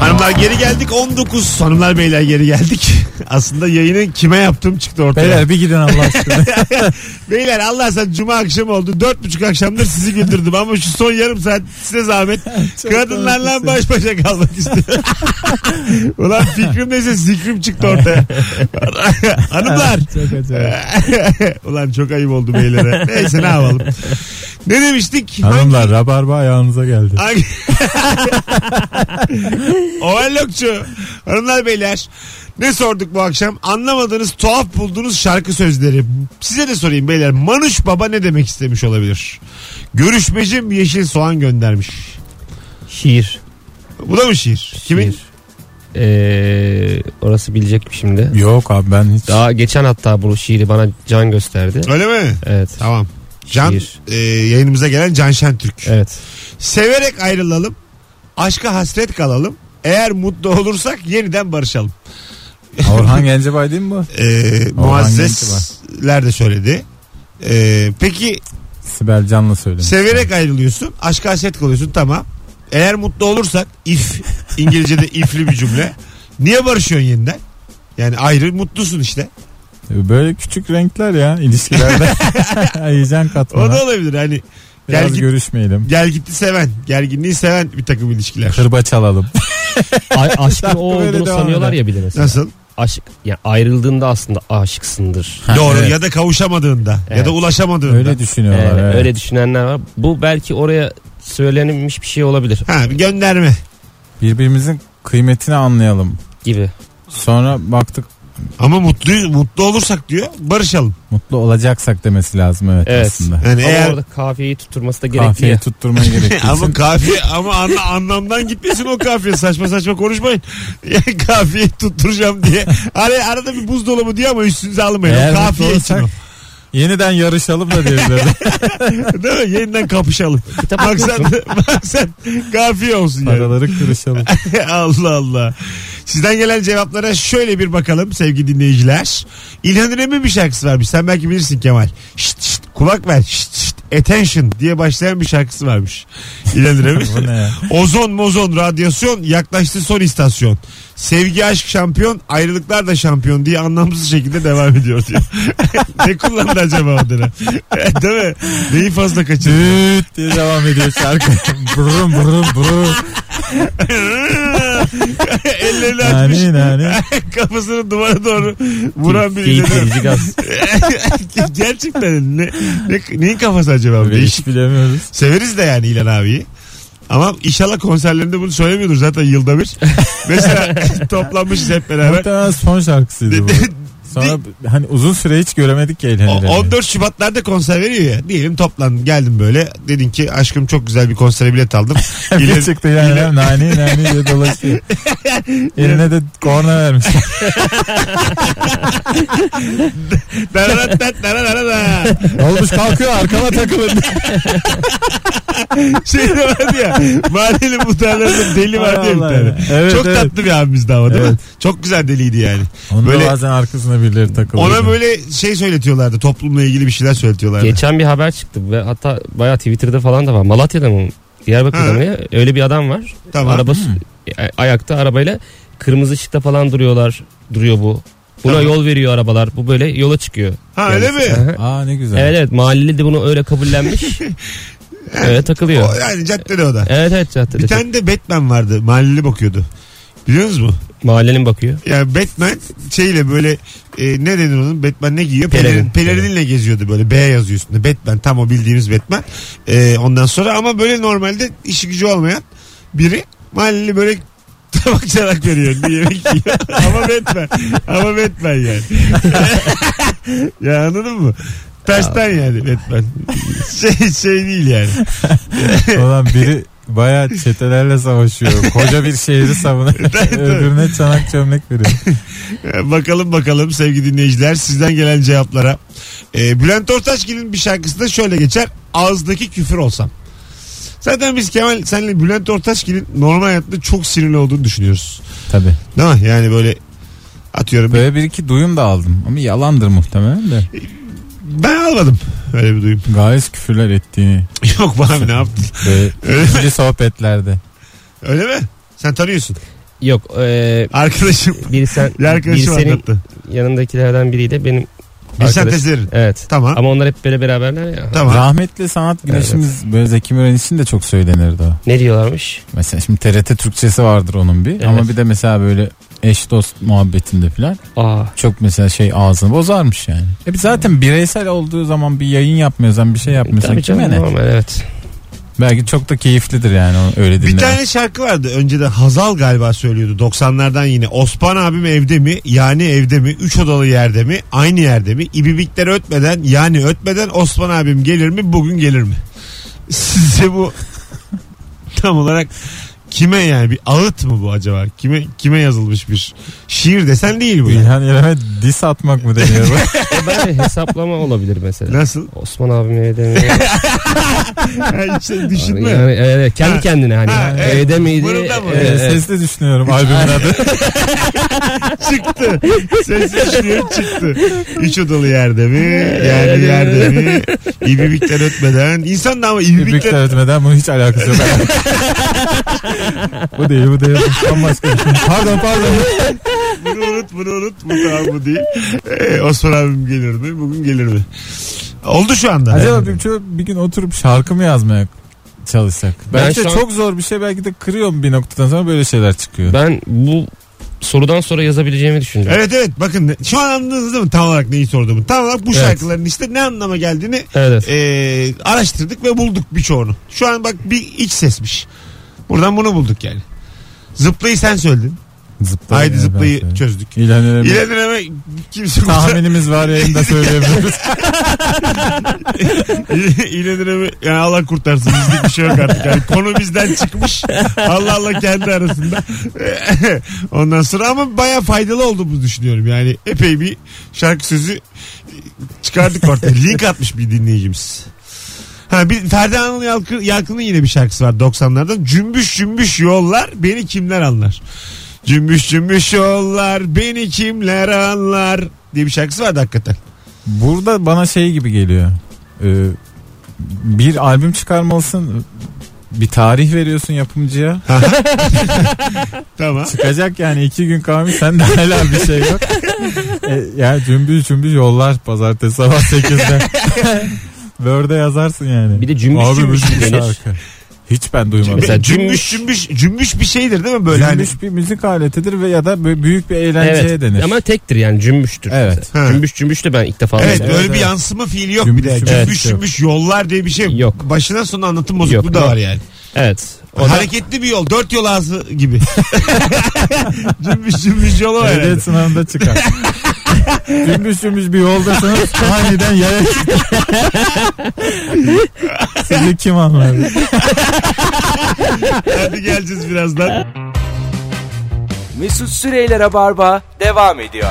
[SPEAKER 2] Hanımlar geri geldik. 19. Hanımlar beyler geri geldik. Aslında yayını kime yaptım çıktı ortaya. Beyler,
[SPEAKER 3] Beyler bir gidin Allah aşkına.
[SPEAKER 2] Allah sen cuma akşamı oldu. Dört buçuk akşamdır sizi güldürdüm ama şu son yarım saat size zahmet. Kadınlarla baş başa kalmak istiyorum. Ulan fikrim neyse zikrim çıktı ortaya. Hanımlar.
[SPEAKER 3] Çok acayip.
[SPEAKER 2] Ulan çok ayıp oldu beylere. Neyse ne yapalım. Ne demiştik?
[SPEAKER 3] Hanımlar rabarba ayağınıza geldi.
[SPEAKER 2] Hangi... Overlockçu. Hanımlar beyler. Ne sorduk bu akşam? Anlamadığınız tuhaf bulduğunuz şarkı sözleri. Size de sorayım beyler. Manuş Baba ne demek istemiş olabilir? Görüşmecim yeşil soğan göndermiş.
[SPEAKER 4] Şiir.
[SPEAKER 2] Bu da mı şiir? Kimin?
[SPEAKER 4] Şiir. Ee, orası bilecek şimdi.
[SPEAKER 3] Yok abi ben hiç.
[SPEAKER 4] Daha geçen hatta bu şiiri bana Can gösterdi.
[SPEAKER 2] Öyle mi?
[SPEAKER 4] Evet.
[SPEAKER 2] Tamam. Can
[SPEAKER 4] Şiir.
[SPEAKER 2] e, yayınımıza gelen Can Şentürk.
[SPEAKER 4] Evet.
[SPEAKER 2] Severek ayrılalım. Aşka hasret kalalım. Eğer mutlu olursak yeniden barışalım.
[SPEAKER 3] Orhan Gencebay değil mi bu?
[SPEAKER 2] Ee, muazzezler de söyledi. Ee, peki
[SPEAKER 3] Sibel Can'la söylemiş.
[SPEAKER 2] severek ayrılıyorsun. Aşka hasret kalıyorsun tamam. Eğer mutlu olursak if İngilizce'de ifli bir cümle. Niye barışıyorsun yeniden? Yani ayrı mutlusun işte.
[SPEAKER 3] Böyle küçük renkler ya ilişkilerde. Heyecan katma.
[SPEAKER 2] O da olabilir hani
[SPEAKER 3] Biraz
[SPEAKER 2] gel git,
[SPEAKER 3] görüşmeyelim.
[SPEAKER 2] gel gitti seven, gerginliği seven bir takım ilişkiler.
[SPEAKER 3] Kırba çalalım.
[SPEAKER 4] A- aşkın
[SPEAKER 3] Şarkı
[SPEAKER 4] o
[SPEAKER 3] böyle
[SPEAKER 4] olduğunu
[SPEAKER 3] devam
[SPEAKER 4] sanıyorlar
[SPEAKER 3] eder.
[SPEAKER 4] ya bir de mesela.
[SPEAKER 2] Nasıl?
[SPEAKER 4] Aşk, yani ayrıldığında aslında aşıksındır.
[SPEAKER 2] Doğru
[SPEAKER 3] evet.
[SPEAKER 2] ya da kavuşamadığında ya
[SPEAKER 4] Evet.
[SPEAKER 2] da ulaşamadığında.
[SPEAKER 3] Öyle düşünüyorlar.
[SPEAKER 4] Yani
[SPEAKER 3] evet.
[SPEAKER 4] Öyle düşünenler var. Bu belki oraya söylenmiş bir şey olabilir
[SPEAKER 2] Ha bir gönderme.
[SPEAKER 3] Birbirimizin kıymetini anlayalım.
[SPEAKER 4] gibi.
[SPEAKER 3] Sonra baktık
[SPEAKER 2] Ama mutlu mutlu olursak diyor barışalım.
[SPEAKER 3] mutlu olacaksak demesi lazım evet,
[SPEAKER 4] Evet.
[SPEAKER 3] aslında.
[SPEAKER 2] Yani
[SPEAKER 4] Ama
[SPEAKER 2] eğer
[SPEAKER 4] orada kafiyeyi tutturması da gerekli.
[SPEAKER 3] Kafiyeyi
[SPEAKER 4] ya.
[SPEAKER 3] tutturmaya gerek.
[SPEAKER 2] ama kafiye ama anla, anlamdan gitmesin o kafiye saçma saçma konuşmayın. Yani kafiye tutturacağım diye. Ara, arada bir buzdolabı diyor ama üstünüze almayın.
[SPEAKER 3] Eğer
[SPEAKER 2] o
[SPEAKER 3] mutlu
[SPEAKER 2] kafiye için
[SPEAKER 3] olursak-
[SPEAKER 2] o.
[SPEAKER 3] Yeniden yarışalım da diyebilirdi.
[SPEAKER 2] Değil mi? Yeniden kapışalım.
[SPEAKER 4] Kitap
[SPEAKER 2] maksat,
[SPEAKER 4] okuyorsun.
[SPEAKER 2] maksat kafiye olsun yani.
[SPEAKER 3] Paraları kırışalım.
[SPEAKER 2] Allah Allah. Sizden gelen cevaplara şöyle bir bakalım sevgili dinleyiciler. İlhan İrem'in bir şarkısı varmış. Sen belki bilirsin Kemal. Şşt şşt kulak ver şşt şşt attention diye başlayan bir şarkısı varmış. İlhan
[SPEAKER 3] Bu ne
[SPEAKER 2] İrem'in.
[SPEAKER 3] ya?
[SPEAKER 2] Ozon mozon radyasyon yaklaştı son istasyon. Sevgi aşk şampiyon ayrılıklar da şampiyon diye anlamsız şekilde devam ediyor diyor. ne kullandı acaba o dönem? Değil mi? Neyi fazla kaçırdı?
[SPEAKER 3] Düt diye devam ediyor şarkı. Brum brum brum.
[SPEAKER 2] ellerini açmış.
[SPEAKER 3] Yani yani.
[SPEAKER 2] Kafasını duvara doğru vuran bir
[SPEAKER 4] Keyif
[SPEAKER 2] izledim.
[SPEAKER 4] verici gaz.
[SPEAKER 2] Gerçekten ne, ne, neyin kafası acaba? bu?
[SPEAKER 3] Böyle
[SPEAKER 2] Değişik.
[SPEAKER 3] hiç bilemiyoruz.
[SPEAKER 2] Severiz de yani İlhan abiyi. Ama inşallah konserlerinde bunu söylemiyordur zaten yılda bir. Mesela toplanmışız hep beraber.
[SPEAKER 3] Muhtemelen son şarkısıydı bu. Sonra hani uzun süre hiç göremedik ya
[SPEAKER 2] O-
[SPEAKER 3] eğlenceleri.
[SPEAKER 2] 14 Şubatlarda konser veriyor ya. Diyelim toplandın geldin böyle. Dedin ki aşkım çok güzel bir konsere bilet aldım.
[SPEAKER 3] Bir
[SPEAKER 2] İleri-
[SPEAKER 3] çıktı yani
[SPEAKER 2] ileri-
[SPEAKER 3] nane nane diye dolaşıyor. Eline de korna vermiş.
[SPEAKER 2] Darararat, darararara.
[SPEAKER 3] Olmuş kalkıyor arkama takılın.
[SPEAKER 2] şey de vardı ya. Mahalleli muhtarlarının deli vardı ya bir
[SPEAKER 3] Allah
[SPEAKER 2] tane.
[SPEAKER 3] ya. Evet,
[SPEAKER 2] Çok
[SPEAKER 3] evet.
[SPEAKER 2] tatlı bir abimizdi ama değil mi?
[SPEAKER 3] Evet.
[SPEAKER 2] Çok güzel deliydi yani.
[SPEAKER 3] Onun
[SPEAKER 2] Böyle-
[SPEAKER 3] da bazen arkasına birileri takılıyor.
[SPEAKER 2] Ona böyle şey söyletiyorlardı. Toplumla ilgili bir şeyler söyletiyorlardı.
[SPEAKER 4] Geçen bir haber çıktı ve hatta bayağı Twitter'da falan da var. Malatya'da mı? Diyarbakır'da
[SPEAKER 2] Ha.
[SPEAKER 4] mı? ya? Öyle bir adam var.
[SPEAKER 2] Tamam.
[SPEAKER 4] Araba e, a- ayakta arabayla kırmızı ışıkta falan duruyorlar. Duruyor bu. Buna
[SPEAKER 2] Tamam.
[SPEAKER 4] yol veriyor arabalar. Bu böyle yola çıkıyor.
[SPEAKER 2] Ha öyle mi?
[SPEAKER 4] Aha.
[SPEAKER 3] Aa ne güzel.
[SPEAKER 4] Evet evet mahalleli de bunu öyle kabullenmiş. öyle
[SPEAKER 2] O,
[SPEAKER 4] takılıyor.
[SPEAKER 2] yani caddede o da.
[SPEAKER 4] Evet evet
[SPEAKER 2] Bir
[SPEAKER 4] caddede. çok-
[SPEAKER 2] tane de Batman vardı. Mahalleli bakıyordu. Biliyor musunuz mu?
[SPEAKER 4] Mahallenin bakıyor.
[SPEAKER 2] Yani Batman şeyle böyle e, ne denir onun? Batman ne giyiyor?
[SPEAKER 4] Pelerin.
[SPEAKER 2] Pelerin, pelerinle geziyordu böyle. B yazıyor üstünde. Batman tam o bildiğiniz Batman. E, ondan sonra ama böyle normalde işi gücü olmayan biri mahalleli böyle tabak çanak veriyor. Bir yemek yiyor. ama Batman. Ama Batman yani. ya anladın mı? Taştan yani Batman. Şey, şey değil yani.
[SPEAKER 3] Ulan biri bayağı çetelerle savaşıyor. Koca bir şehri savunuyor. Öbürüne çanak çömlek veriyor.
[SPEAKER 2] Ee, Bakalım bakalım sevgili dinleyiciler sizden gelen cevaplara. Ee, Bülent Ortaçgil'in bir şarkısında şöyle geçer. Ağızdaki küfür olsam. Zaten biz Kemal senle Bülent Ortaçgil'in normal hayatında çok sinirli olduğunu düşünüyoruz.
[SPEAKER 3] Tabii.
[SPEAKER 2] Değil mi? Yani böyle atıyorum.
[SPEAKER 3] Böyle bir iki duyum da aldım. Ama yalandır muhtemelen de.
[SPEAKER 2] Ben almadım öyle bir duyum.
[SPEAKER 3] Gayet küfürler ettiğini.
[SPEAKER 2] Yok bana ne yaptın?
[SPEAKER 3] Böyle
[SPEAKER 2] Öyle mi?
[SPEAKER 3] ikili sohbetlerde.
[SPEAKER 2] Öyle mi? Sen tanıyorsun.
[SPEAKER 4] Yok eee
[SPEAKER 2] Arkadaşım.
[SPEAKER 4] bir sen
[SPEAKER 2] Bir arkadaşım
[SPEAKER 4] bir senin
[SPEAKER 2] anlattı.
[SPEAKER 4] yanındakilerden biriyle benim
[SPEAKER 2] Bir sen
[SPEAKER 4] arkadaş-
[SPEAKER 2] tezlerin.
[SPEAKER 4] Evet.
[SPEAKER 2] Tamam.
[SPEAKER 4] Ama onlar hep böyle beraberler ya.
[SPEAKER 2] Tamam.
[SPEAKER 3] Rahmetli sanat güneşimiz böyle Zeki Müren için de çok söylenirdi o.
[SPEAKER 4] Ne diyorlarmış?
[SPEAKER 3] Mesela şimdi TRT Türkçesi vardır onun bir.
[SPEAKER 4] Evet.
[SPEAKER 3] Ama bir de mesela böyle eş dost muhabbetinde falan
[SPEAKER 4] Aa.
[SPEAKER 3] çok mesela şey ağzını bozarmış yani. E bir zaten bireysel olduğu zaman bir yayın yapmıyorsan bir şey yapmıyorsan
[SPEAKER 4] E, Tabii
[SPEAKER 3] kime
[SPEAKER 4] canım
[SPEAKER 3] ne?
[SPEAKER 4] normal evet.
[SPEAKER 3] Belki çok da keyiflidir yani onu öyle dinlemek.
[SPEAKER 2] Bir tane şarkı vardı önceden Hazal galiba söylüyordu 90'lardan yine. Osman abim evde mi? Yani evde mi? Üç odalı yerde mi? Aynı yerde mi? İbibikler ötmeden yani ötmeden Osman abim gelir mi? Bugün gelir mi? Sizce bu tam olarak kime yani bir ağıt mı bu acaba? Kime kime yazılmış bir şiir desen değil bu. yani.
[SPEAKER 3] İlhan İrem'e dis atmak mı deniyor? bu?
[SPEAKER 4] E, bence hesaplama olabilir mesela.
[SPEAKER 2] Nasıl?
[SPEAKER 4] Osman abim evde mi?
[SPEAKER 2] Yani hiç şey düşünme.
[SPEAKER 4] yani, e, kendi
[SPEAKER 2] Ha.
[SPEAKER 4] kendine hani.
[SPEAKER 2] Ha, evet.
[SPEAKER 4] Evde miydi?
[SPEAKER 2] Mırıldanma.
[SPEAKER 4] E,
[SPEAKER 3] E,
[SPEAKER 4] e,
[SPEAKER 3] Sesli düşünüyorum albümün adı.
[SPEAKER 2] çıktı. Sessiz düşünüyorum çıktı. Üç odalı yerde mi? Yerli yerde mi? İbibikler ötmeden. İnsan da ama
[SPEAKER 3] Birlikte
[SPEAKER 2] ibibikler...
[SPEAKER 3] öğretmeden bunun hiç alakası yok. bu değil bu değil. Bambaşka bir şey. Pardon pardon.
[SPEAKER 2] Bunu unut bunu unut. Bu tamam bu değil. Ee, Osman abim gelir mi? Bugün gelir mi? Oldu şu anda.
[SPEAKER 3] Acaba bir, şöyle bir gün oturup şarkı mı yazmaya çalışsak?
[SPEAKER 4] Ben
[SPEAKER 3] Belki de
[SPEAKER 4] şu an-
[SPEAKER 3] çok zor bir şey belki de kırıyorum bir noktadan sonra böyle şeyler çıkıyor.
[SPEAKER 4] ben bu sorudan sonra yazabileceğimi düşündüm.
[SPEAKER 2] Evet evet bakın şu an anladınız değil mi tam olarak neyi sorduğumu? Tam olarak bu
[SPEAKER 4] Evet.
[SPEAKER 2] şarkıların işte ne anlama geldiğini
[SPEAKER 4] Evet.
[SPEAKER 2] e, araştırdık ve bulduk birçoğunu. Şu an bak bir iç sesmiş. Buradan bunu bulduk yani. Zıplayı sen söyledin.
[SPEAKER 3] Zıplayı
[SPEAKER 2] Haydi
[SPEAKER 3] yani
[SPEAKER 2] zıplayı
[SPEAKER 3] ben söyleyeyim.
[SPEAKER 2] çözdük.
[SPEAKER 3] İlhan İrem'in
[SPEAKER 2] İleriden ama kimse
[SPEAKER 3] tahminimiz var yayında söyleyebiliriz.
[SPEAKER 2] İleriden ama yani Allah kurtarsın bizlik bir şey yok artık. Yani konu bizden çıkmış. Allah Allah kendi arasında. Ondan sonra ama baya faydalı olduğumuzu düşünüyorum. Yani epey bir şarkı sözü çıkardık ortaya. Link atmış bir dinleyicimiz. Ha bir Ferdi Anıl Yalkı, Yalkı'nın yine bir şarkısı var 90'lardan. Cümbüş cümbüş yollar beni kimler anlar? Cümbüş cümbüş yollar beni kimler anlar diye bir şarkısı vardı hakikaten.
[SPEAKER 3] Burada bana şey gibi geliyor. Ee, bir albüm çıkarmalısın. Bir tarih veriyorsun yapımcıya.
[SPEAKER 2] Tamam.
[SPEAKER 3] Çıkacak yani iki gün kalmış sende hala bir şey yok. e, yani cümbül cümbül yollar pazartesi sabah 8'de. Word'e yazarsın yani.
[SPEAKER 4] Bir de cümbüş
[SPEAKER 3] Abi bu
[SPEAKER 4] cümbüş
[SPEAKER 3] bir
[SPEAKER 4] denir.
[SPEAKER 3] şarkı. Hiç ben duymadım.
[SPEAKER 4] Mesela
[SPEAKER 2] Mesela cümbüş cümbüş cümbüş bir şeydir değil mi böyle hani?
[SPEAKER 3] Cümbüş bir müzik aletidir ve ya da böyle büyük bir eğlenceye
[SPEAKER 4] Evet.
[SPEAKER 3] denir.
[SPEAKER 4] Ama tektir yani cümbüştür.
[SPEAKER 3] Evet.
[SPEAKER 4] mesela.
[SPEAKER 2] Ha.
[SPEAKER 4] Cümbüş cümbüş de ben ilk defa
[SPEAKER 2] Evet,
[SPEAKER 4] duydum.
[SPEAKER 2] böyle bir
[SPEAKER 3] evet.
[SPEAKER 2] yansıma fiili yok bir de.
[SPEAKER 3] Cümbüş,
[SPEAKER 2] Cümbüş
[SPEAKER 3] evet,
[SPEAKER 2] cümbüş
[SPEAKER 3] yok.
[SPEAKER 2] yollar diye bir şey
[SPEAKER 4] Yok.
[SPEAKER 2] Başından sonuna anlatım bozukluğu
[SPEAKER 4] Yok,
[SPEAKER 2] da
[SPEAKER 4] yok.
[SPEAKER 2] var yani.
[SPEAKER 4] Evet. O da
[SPEAKER 2] Hareketli bir yol. Dört yol ağzı gibi. cümbüş cümbüş yolu var herhalde.
[SPEAKER 3] Ehliyet sınavında çıkar. cümbüş cümbüş bir yoldasınız aniden yere Sizi kim anladı?
[SPEAKER 2] Hadi geleceğiz birazdan.
[SPEAKER 1] Mesut Süreyler'e barba devam ediyor.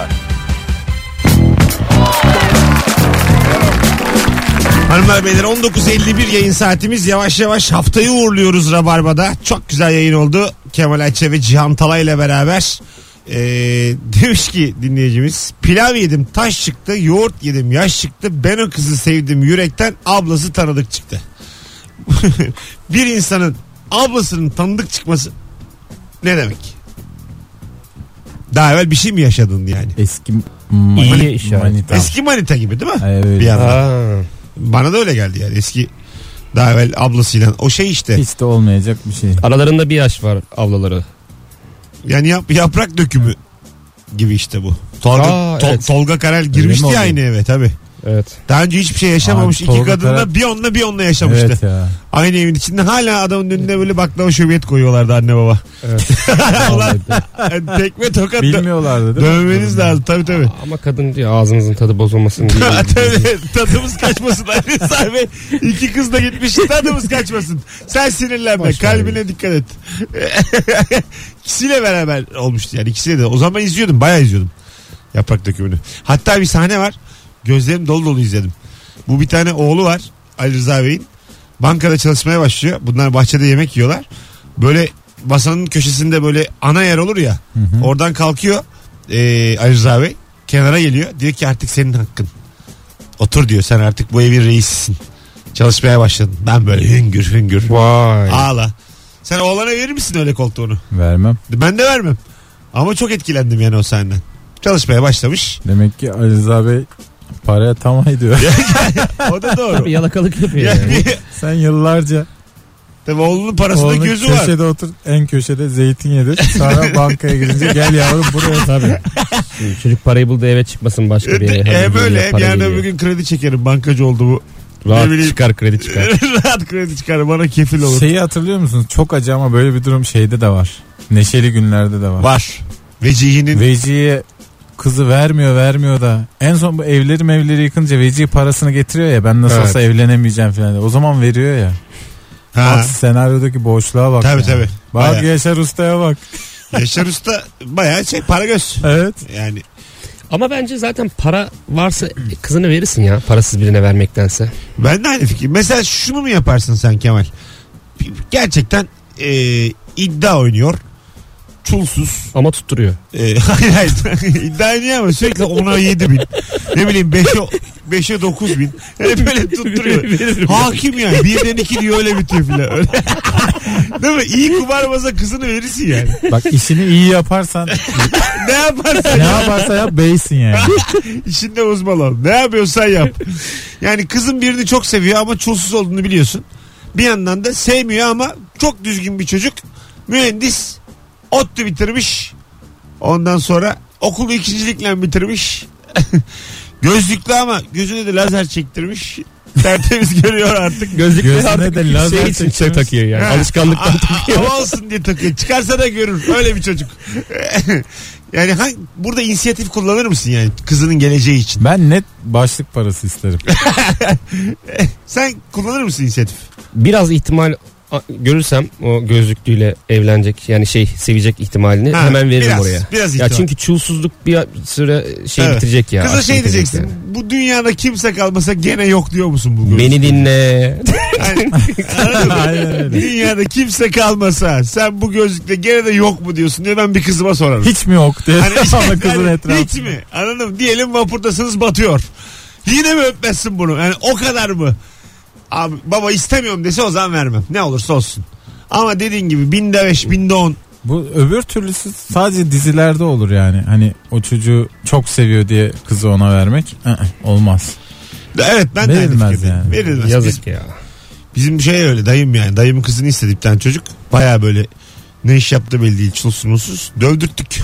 [SPEAKER 2] Hanımlar beyler 19.51 yayın saatimiz. Yavaş yavaş haftayı uğurluyoruz Rabarba'da. Çok güzel yayın oldu. Kemal Ayça ve Cihan Talay ile beraber. Ee, demiş ki dinleyicimiz pilav yedim taş çıktı yoğurt yedim yaş çıktı ben o kızı sevdim yürekten ablası tanıdık çıktı bir insanın ablasının tanıdık çıkması ne demek daha evvel bir şey mi yaşadın yani
[SPEAKER 3] Eski mani-
[SPEAKER 4] İyi işaret.
[SPEAKER 3] manita.
[SPEAKER 2] eski manita gibi değil mi
[SPEAKER 3] Ee, öyle.
[SPEAKER 2] bir yandan
[SPEAKER 4] Aa,
[SPEAKER 2] Bana da öyle geldi yani eski daha evvel ablasıyla o şey işte
[SPEAKER 3] Hiç de olmayacak bir şey.
[SPEAKER 4] aralarında bir yaş var avlaları.
[SPEAKER 2] yani yap, yaprak dökümü gibi işte bu. Tolga,
[SPEAKER 4] Aa,
[SPEAKER 2] Tol-
[SPEAKER 4] evet.
[SPEAKER 2] Tolga Karar girmişti
[SPEAKER 3] mi
[SPEAKER 2] ya
[SPEAKER 3] oldu?
[SPEAKER 2] aynı eve tabi.
[SPEAKER 4] Evet.
[SPEAKER 2] Daha önce hiçbir şey yaşamamış
[SPEAKER 3] Abi,
[SPEAKER 2] iki
[SPEAKER 3] Tolga
[SPEAKER 2] kadınla
[SPEAKER 3] Karar-
[SPEAKER 2] bir onunla bir onunla yaşamıştı.
[SPEAKER 3] Evet ya.
[SPEAKER 2] Aynı evin içinde hala adamın önüne böyle baklava şöbiyet koyuyorlardı anne baba. Ulan, yani tekme tokat dö-
[SPEAKER 3] Bilmiyorlardı değil mi?
[SPEAKER 2] dövmeniz lazım tabi tabi.
[SPEAKER 4] Ama kadın diyor ağzınızın tadı bozulmasın diye.
[SPEAKER 2] tadımız kaçmasın Ali sahibi. İki kız da gitmiş tadımız kaçmasın. Sen sinirlenme
[SPEAKER 4] Boş ver
[SPEAKER 2] kalbine dikkat et. İkisiyle beraber olmuştu yani ikisiyle de. O zaman ben izliyordum bayağı izliyordum yaprak dökümünü. Hatta bir sahne var gözlerim dolu dolu izledim. Bu bir tane oğlu var Ali Rıza Bey'in. Bankada çalışmaya başlıyor. Bunlar bahçede yemek yiyorlar. Böyle masanın köşesinde böyle ana yer olur ya. Oradan kalkıyor e, Ali Rıza Bey. Kenara geliyor. Diyor ki artık senin hakkın. Otur diyor sen artık bu evin reisisin. Çalışmaya başladın. Ben böyle hüngür hüngür.
[SPEAKER 4] Vay.
[SPEAKER 2] Ağla. Sen oğlana verir misin öyle koltuğunu?
[SPEAKER 3] Vermem.
[SPEAKER 2] Ben de vermem. Ama çok etkilendim yani o sahneden. Çalışmaya başlamış.
[SPEAKER 3] Demek ki Ali Rıza Bey paraya tamah ediyor.
[SPEAKER 2] O da doğru.
[SPEAKER 4] Tabii yalakalık yapıyor. yani.
[SPEAKER 2] yani,
[SPEAKER 3] Sen yıllarca
[SPEAKER 2] tabii oğlunun parasında
[SPEAKER 3] oğlunu
[SPEAKER 2] gözü var.
[SPEAKER 3] köşede otur en köşede zeytin yedir. Sonra bankaya girince gel yavrum buraya tabii.
[SPEAKER 4] Çocuk parayı buldu eve çıkmasın başka bir yere.
[SPEAKER 2] E
[SPEAKER 4] Hadi
[SPEAKER 2] böyle
[SPEAKER 4] geliyor, para
[SPEAKER 2] yarın
[SPEAKER 4] geliyor.
[SPEAKER 2] öbür gün kredi çekerim bankacı oldu bu.
[SPEAKER 4] Rahat
[SPEAKER 2] ne bileyim.
[SPEAKER 4] çıkar kredi çıkar.
[SPEAKER 2] Rahat kredi çıkar bana kefil olur.
[SPEAKER 3] Şeyi hatırlıyor musunuz? Çok acı ama böyle bir durum şeyde de var. Neşeli günlerde de var.
[SPEAKER 2] Var. Vecihi'nin
[SPEAKER 3] Veci'ye kızı vermiyor vermiyor da en son bu evleri mevleri yıkınca Veci parasını getiriyor ya ben nasıl olsa evlenemeyeceğim falan. diye. O zaman veriyor ya.
[SPEAKER 2] ha.
[SPEAKER 3] Bak senaryodaki boşluğa bak.
[SPEAKER 2] Tabii
[SPEAKER 3] ya.
[SPEAKER 2] tabii.
[SPEAKER 3] Bak
[SPEAKER 2] Bayağı.
[SPEAKER 3] Yaşar Usta'ya bak.
[SPEAKER 2] Yaşar Usta bayağı şey para göz.
[SPEAKER 3] Evet.
[SPEAKER 2] Yani
[SPEAKER 4] Ama bence zaten para varsa kızını verirsin ya parasız birine vermektense.
[SPEAKER 2] ben de aynı fikir. Mesela şunu mu yaparsın sen Kemal? Gerçekten e, iddia oynuyor. Çulsuz.
[SPEAKER 4] Ama tutturuyor.
[SPEAKER 2] E, hayır hayır. iddia oynuyor ama sürekli 10'a 7 bin. Ne bileyim 5'e 5'e 9 bin. Hep böyle tutturuyor.
[SPEAKER 4] Veririm.
[SPEAKER 2] Hakim yani. Birden iki diyor öyle bitiyor filan. Öyle. Değil mi? İyi kumarbaza kızını verirsin yani.
[SPEAKER 3] Bak işini iyi yaparsan
[SPEAKER 2] Ne yaparsan
[SPEAKER 3] ne
[SPEAKER 2] yap.
[SPEAKER 3] yaparsa yap beysin yani.
[SPEAKER 2] İşinde uzman ol. Ne yapıyorsan yap. Yani kızın birini çok seviyor ama çulsuz olduğunu biliyorsun. Bir yandan da sevmiyor ama çok düzgün bir çocuk. Mühendis. ODTÜ bitirmiş. Ondan sonra okulu ikincilikle bitirmiş. Gözlüklü ama gözüne de lazer çektirmiş. Tertemiz görüyor artık.
[SPEAKER 4] Gözlük
[SPEAKER 3] Gözüne
[SPEAKER 4] artık
[SPEAKER 3] de
[SPEAKER 4] bir
[SPEAKER 3] lazer
[SPEAKER 4] şey için
[SPEAKER 3] çekeceğiz.
[SPEAKER 4] takıyor yani.
[SPEAKER 2] Ha.
[SPEAKER 4] Alışkanlıktan
[SPEAKER 2] A- Hava olsun diye takıyor. Çıkarsa da görür. Öyle bir çocuk. yani hangi, burada inisiyatif kullanır mısın yani kızının geleceği için?
[SPEAKER 3] Ben net başlık parası isterim.
[SPEAKER 2] Sen kullanır mısın inisiyatif?
[SPEAKER 4] biraz ihtimal a- görürsem o gözlüklüyle evlenecek yani şey sevecek ihtimalini
[SPEAKER 2] Ha,
[SPEAKER 4] hemen veririm
[SPEAKER 2] biraz,
[SPEAKER 4] oraya.
[SPEAKER 2] Biraz
[SPEAKER 4] Ya
[SPEAKER 2] ihtimal.
[SPEAKER 4] çünkü çulsuzluk bir süre şey
[SPEAKER 2] Evet.
[SPEAKER 4] bitirecek ya.
[SPEAKER 2] Kıza
[SPEAKER 4] aşkı
[SPEAKER 2] şey
[SPEAKER 4] bitirecek
[SPEAKER 2] diyeceksin.
[SPEAKER 4] yani.
[SPEAKER 2] Bu dünyada kimse kalmasa gene yok diyor musun bu gözlük?
[SPEAKER 4] Beni dinle.
[SPEAKER 2] Yani, anladın mı?
[SPEAKER 3] Aynen öyle.
[SPEAKER 2] dünyada kimse kalmasa sen bu gözlükle gene de yok mu diyorsun diye ben bir kızıma sorarım.
[SPEAKER 3] Hiç mi yok diye.
[SPEAKER 2] Hani-
[SPEAKER 3] Sonra kızın
[SPEAKER 2] hani
[SPEAKER 3] etrafı.
[SPEAKER 2] Hiç mi? Anladım. Diyelim vapurdasınız batıyor. Yine mi öpmezsin bunu? Yani o kadar mı? Abi baba istemiyorum dese o zaman vermem. Ne olursa olsun. Ama dediğin gibi binde beş binde on.
[SPEAKER 3] Bu öbür türlüsü sadece dizilerde olur yani. Hani o çocuğu çok seviyor diye kızı ona vermek ı-ı, olmaz.
[SPEAKER 2] Evet ben de aynı
[SPEAKER 3] Verilmez
[SPEAKER 2] fikirdeyim.
[SPEAKER 3] yani.
[SPEAKER 2] Verilmez. Biz-
[SPEAKER 4] Yazık ya.
[SPEAKER 2] Bizim şey öyle dayım yani. Dayımın kızını istedi bir tane çocuk. Baya böyle ne iş yaptı belli değil. Çılsın ulsuz. Dövdürttük.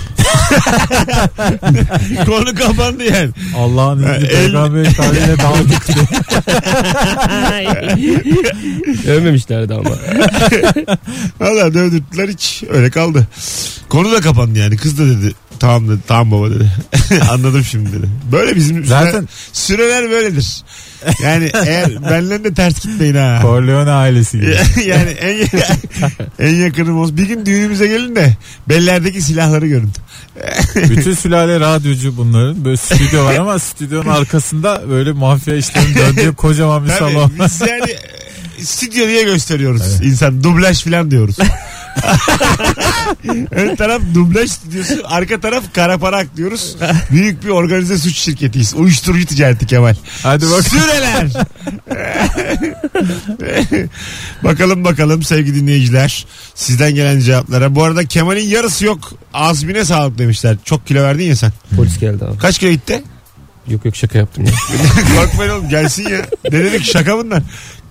[SPEAKER 2] Konu kapandı yani.
[SPEAKER 3] Allah'ın
[SPEAKER 2] Ha,
[SPEAKER 3] izniyle
[SPEAKER 2] el-
[SPEAKER 3] peygamberin tarihiyle dalga gitti.
[SPEAKER 4] Övmemişlerdi ama.
[SPEAKER 2] Valla dövdürttüler hiç öyle kaldı. Konu da kapandı yani. Kız da dedi tamam dedi tamam baba dedi. Anladım şimdi dedi. Böyle bizim Zaten...
[SPEAKER 3] Zaten-
[SPEAKER 2] süreler böyledir. Yani eğer benle de ters gitmeyin ha.
[SPEAKER 3] Corleone ailesi gibi.
[SPEAKER 2] yani en, en yakınım olsun. Bir gün düğünümüze gelin de bellerdeki silahları görün.
[SPEAKER 3] Bütün sülale radyocu bunların. Böyle stüdyo var ama stüdyonun arkasında böyle mafya işlerinin döndüğü kocaman bir
[SPEAKER 2] Tabii
[SPEAKER 3] salon.
[SPEAKER 2] biz yani e, stüdyo diye gösteriyoruz insan. Dublaj falan diyoruz. Ön taraf dublaj stüdyosu, arka taraf kara para aklıyoruz. Büyük bir organize suç şirketiyiz. Uyuşturucu ticareti Kemal.
[SPEAKER 3] Hadi bak.
[SPEAKER 2] Süreler. bakalım bakalım sevgili dinleyiciler. Sizden gelen cevaplara. Bu arada Kemal'in yarısı yok. Azmine sağlık demişler. Çok kilo verdin ya sen.
[SPEAKER 4] Polis geldi abi.
[SPEAKER 2] Kaç kilo gitti?
[SPEAKER 4] Yok yok şaka yaptım ya.
[SPEAKER 2] Korkmayın oğlum gelsin ya. Ne dedik şaka bunlar.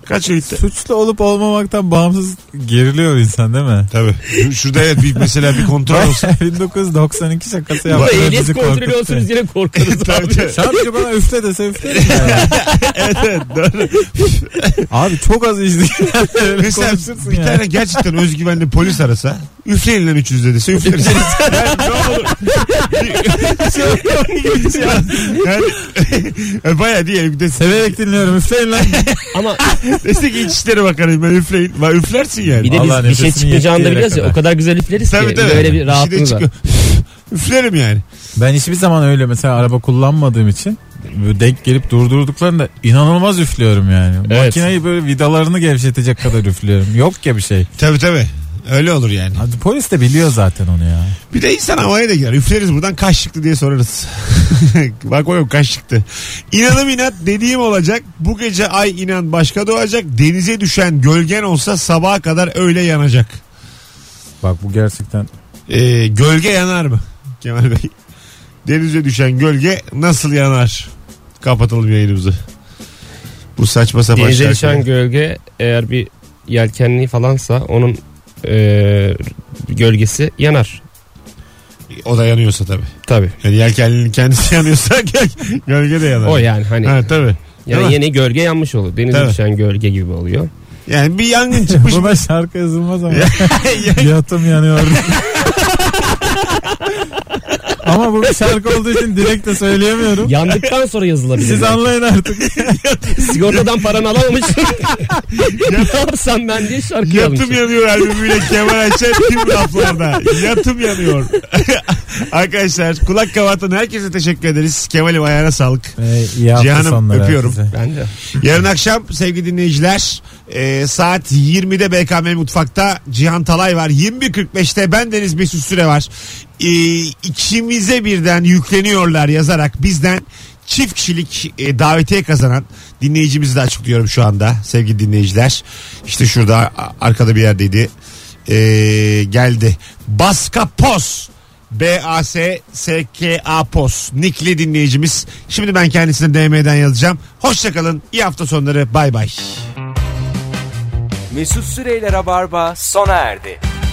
[SPEAKER 2] Kaç kilo gitti?
[SPEAKER 3] Suçlu olup olmamaktan bağımsız geriliyor insan değil mi?
[SPEAKER 2] Tabii. Şu- Şurada evet bir mesela bir kontrol olsun.
[SPEAKER 3] 1992 şakası yaptı.
[SPEAKER 4] Burada ehliyet kontrolü olsunuz yine korkarız
[SPEAKER 2] Tabii,
[SPEAKER 4] abi.
[SPEAKER 2] tabii.
[SPEAKER 3] Şarkıcı bana üfle dese üfle. Yani.
[SPEAKER 2] evet evet doğru.
[SPEAKER 3] Abi çok az izleyen
[SPEAKER 2] Mesela
[SPEAKER 3] konuşursun
[SPEAKER 2] bir
[SPEAKER 3] ya.
[SPEAKER 2] tane gerçekten özgüvenli polis arasa üfleyin lan üçünüz dediyse üfleriz. yani ne olur. yani, e, bayağı diyelim de
[SPEAKER 3] Severek dinliyorum üfleyin lan.
[SPEAKER 4] Ama
[SPEAKER 2] Dese ki İçişleri Bakanıyım ben üfleyin. Ben üflersin yani.
[SPEAKER 4] bir de biz
[SPEAKER 3] Vallahi
[SPEAKER 4] bir şey
[SPEAKER 3] nefesini
[SPEAKER 4] çıkmayacağını da
[SPEAKER 3] yetkilere
[SPEAKER 4] biliyoruz ya.
[SPEAKER 3] kadar.
[SPEAKER 4] O kadar güzel ifleriz ki.
[SPEAKER 2] Tabii tabii. Bir
[SPEAKER 4] Böyle
[SPEAKER 2] şey
[SPEAKER 4] bir
[SPEAKER 2] de
[SPEAKER 4] rahatlığımız var.
[SPEAKER 2] çıkıyor. Üflerim yani.
[SPEAKER 3] Ben hiçbir zaman öyle mesela araba kullanmadığım için böyle denk gelip durdurduklarında inanılmaz üflüyorum yani.
[SPEAKER 4] Evet.
[SPEAKER 3] Makineyi böyle vidalarını gevşetecek kadar üflüyorum. Yok ya bir şey.
[SPEAKER 2] Tabii tabii. Öyle olur yani.
[SPEAKER 3] Hadi polis de biliyor zaten onu ya.
[SPEAKER 2] Bir de insan havaya da girer. Üfleriz buradan kaç çıktı diye sorarız. Bak bakalım kaç çıktı. İnanım inat dediğim olacak. Bu gece ay inan başka doğacak. Denize düşen gölgen olsa sabaha kadar öyle yanacak.
[SPEAKER 3] Bak bu gerçekten
[SPEAKER 2] Ee, gölge yanar mı? Kemal Bey. Denize düşen gölge nasıl yanar? Kapatalım yayınımızı. Bu saçma sapan
[SPEAKER 4] Denize
[SPEAKER 2] şarkı.
[SPEAKER 4] düşen gölge eğer bir yelkenli falansa onun e, gölgesi yanar.
[SPEAKER 2] O da yanıyorsa tabii.
[SPEAKER 4] Tabii.
[SPEAKER 2] Yani yelkenlinin kendisi yanıyorsa göl- gölge de yanar.
[SPEAKER 4] O yani hani
[SPEAKER 2] Ha, tabii. Değil
[SPEAKER 4] yani
[SPEAKER 2] mi?
[SPEAKER 4] yeni gölge yanmış olur. Denize
[SPEAKER 2] Tabii.
[SPEAKER 4] düşen gölge gibi oluyor.
[SPEAKER 2] Yani bir yangın çıkmış.
[SPEAKER 3] buna şarkı yazılmaz ama yatım yanıyor. ama bu bir şarkı olduğu için direkt de söyleyemiyorum.
[SPEAKER 4] Yandıktan sonra yazılabilir.
[SPEAKER 3] Siz anlayın artık.
[SPEAKER 4] Sigortadan paranı alamamışsın. ne yapsam ben diye şarkı
[SPEAKER 2] Yatım
[SPEAKER 4] yazmışım.
[SPEAKER 2] yanıyor albümüyle Kemal Ayçer tüm laflarda. Yatım yanıyor. Arkadaşlar kulak kavatan herkese teşekkür ederiz. Kemal'im ayağına sağlık.
[SPEAKER 3] Ee, iyi hafta
[SPEAKER 2] Cihan'ım,
[SPEAKER 3] sonları
[SPEAKER 2] öpüyorum.
[SPEAKER 3] size.
[SPEAKER 4] Ben de.
[SPEAKER 2] Yarın akşam sevgili dinleyiciler e, saat 20'de BKM Mutfak'ta Cihan Talay var. 21.45'te ben Deniz Mesut Süre var. E, ikimize birden yükleniyorlar yazarak bizden çift kişilik e, davetiye kazanan dinleyicimizi de açıklıyorum şu anda sevgili dinleyiciler. İşte şurada a- arkada bir yerdeydi. E, geldi. Baska Pos. B-A-S-S-K-A POS Nikli dinleyicimiz. Şimdi ben kendisine DM'den yazacağım. Hoşçakalın. İyi hafta sonları. Bay bay.
[SPEAKER 1] Mesut Süreyler'e barba sona erdi.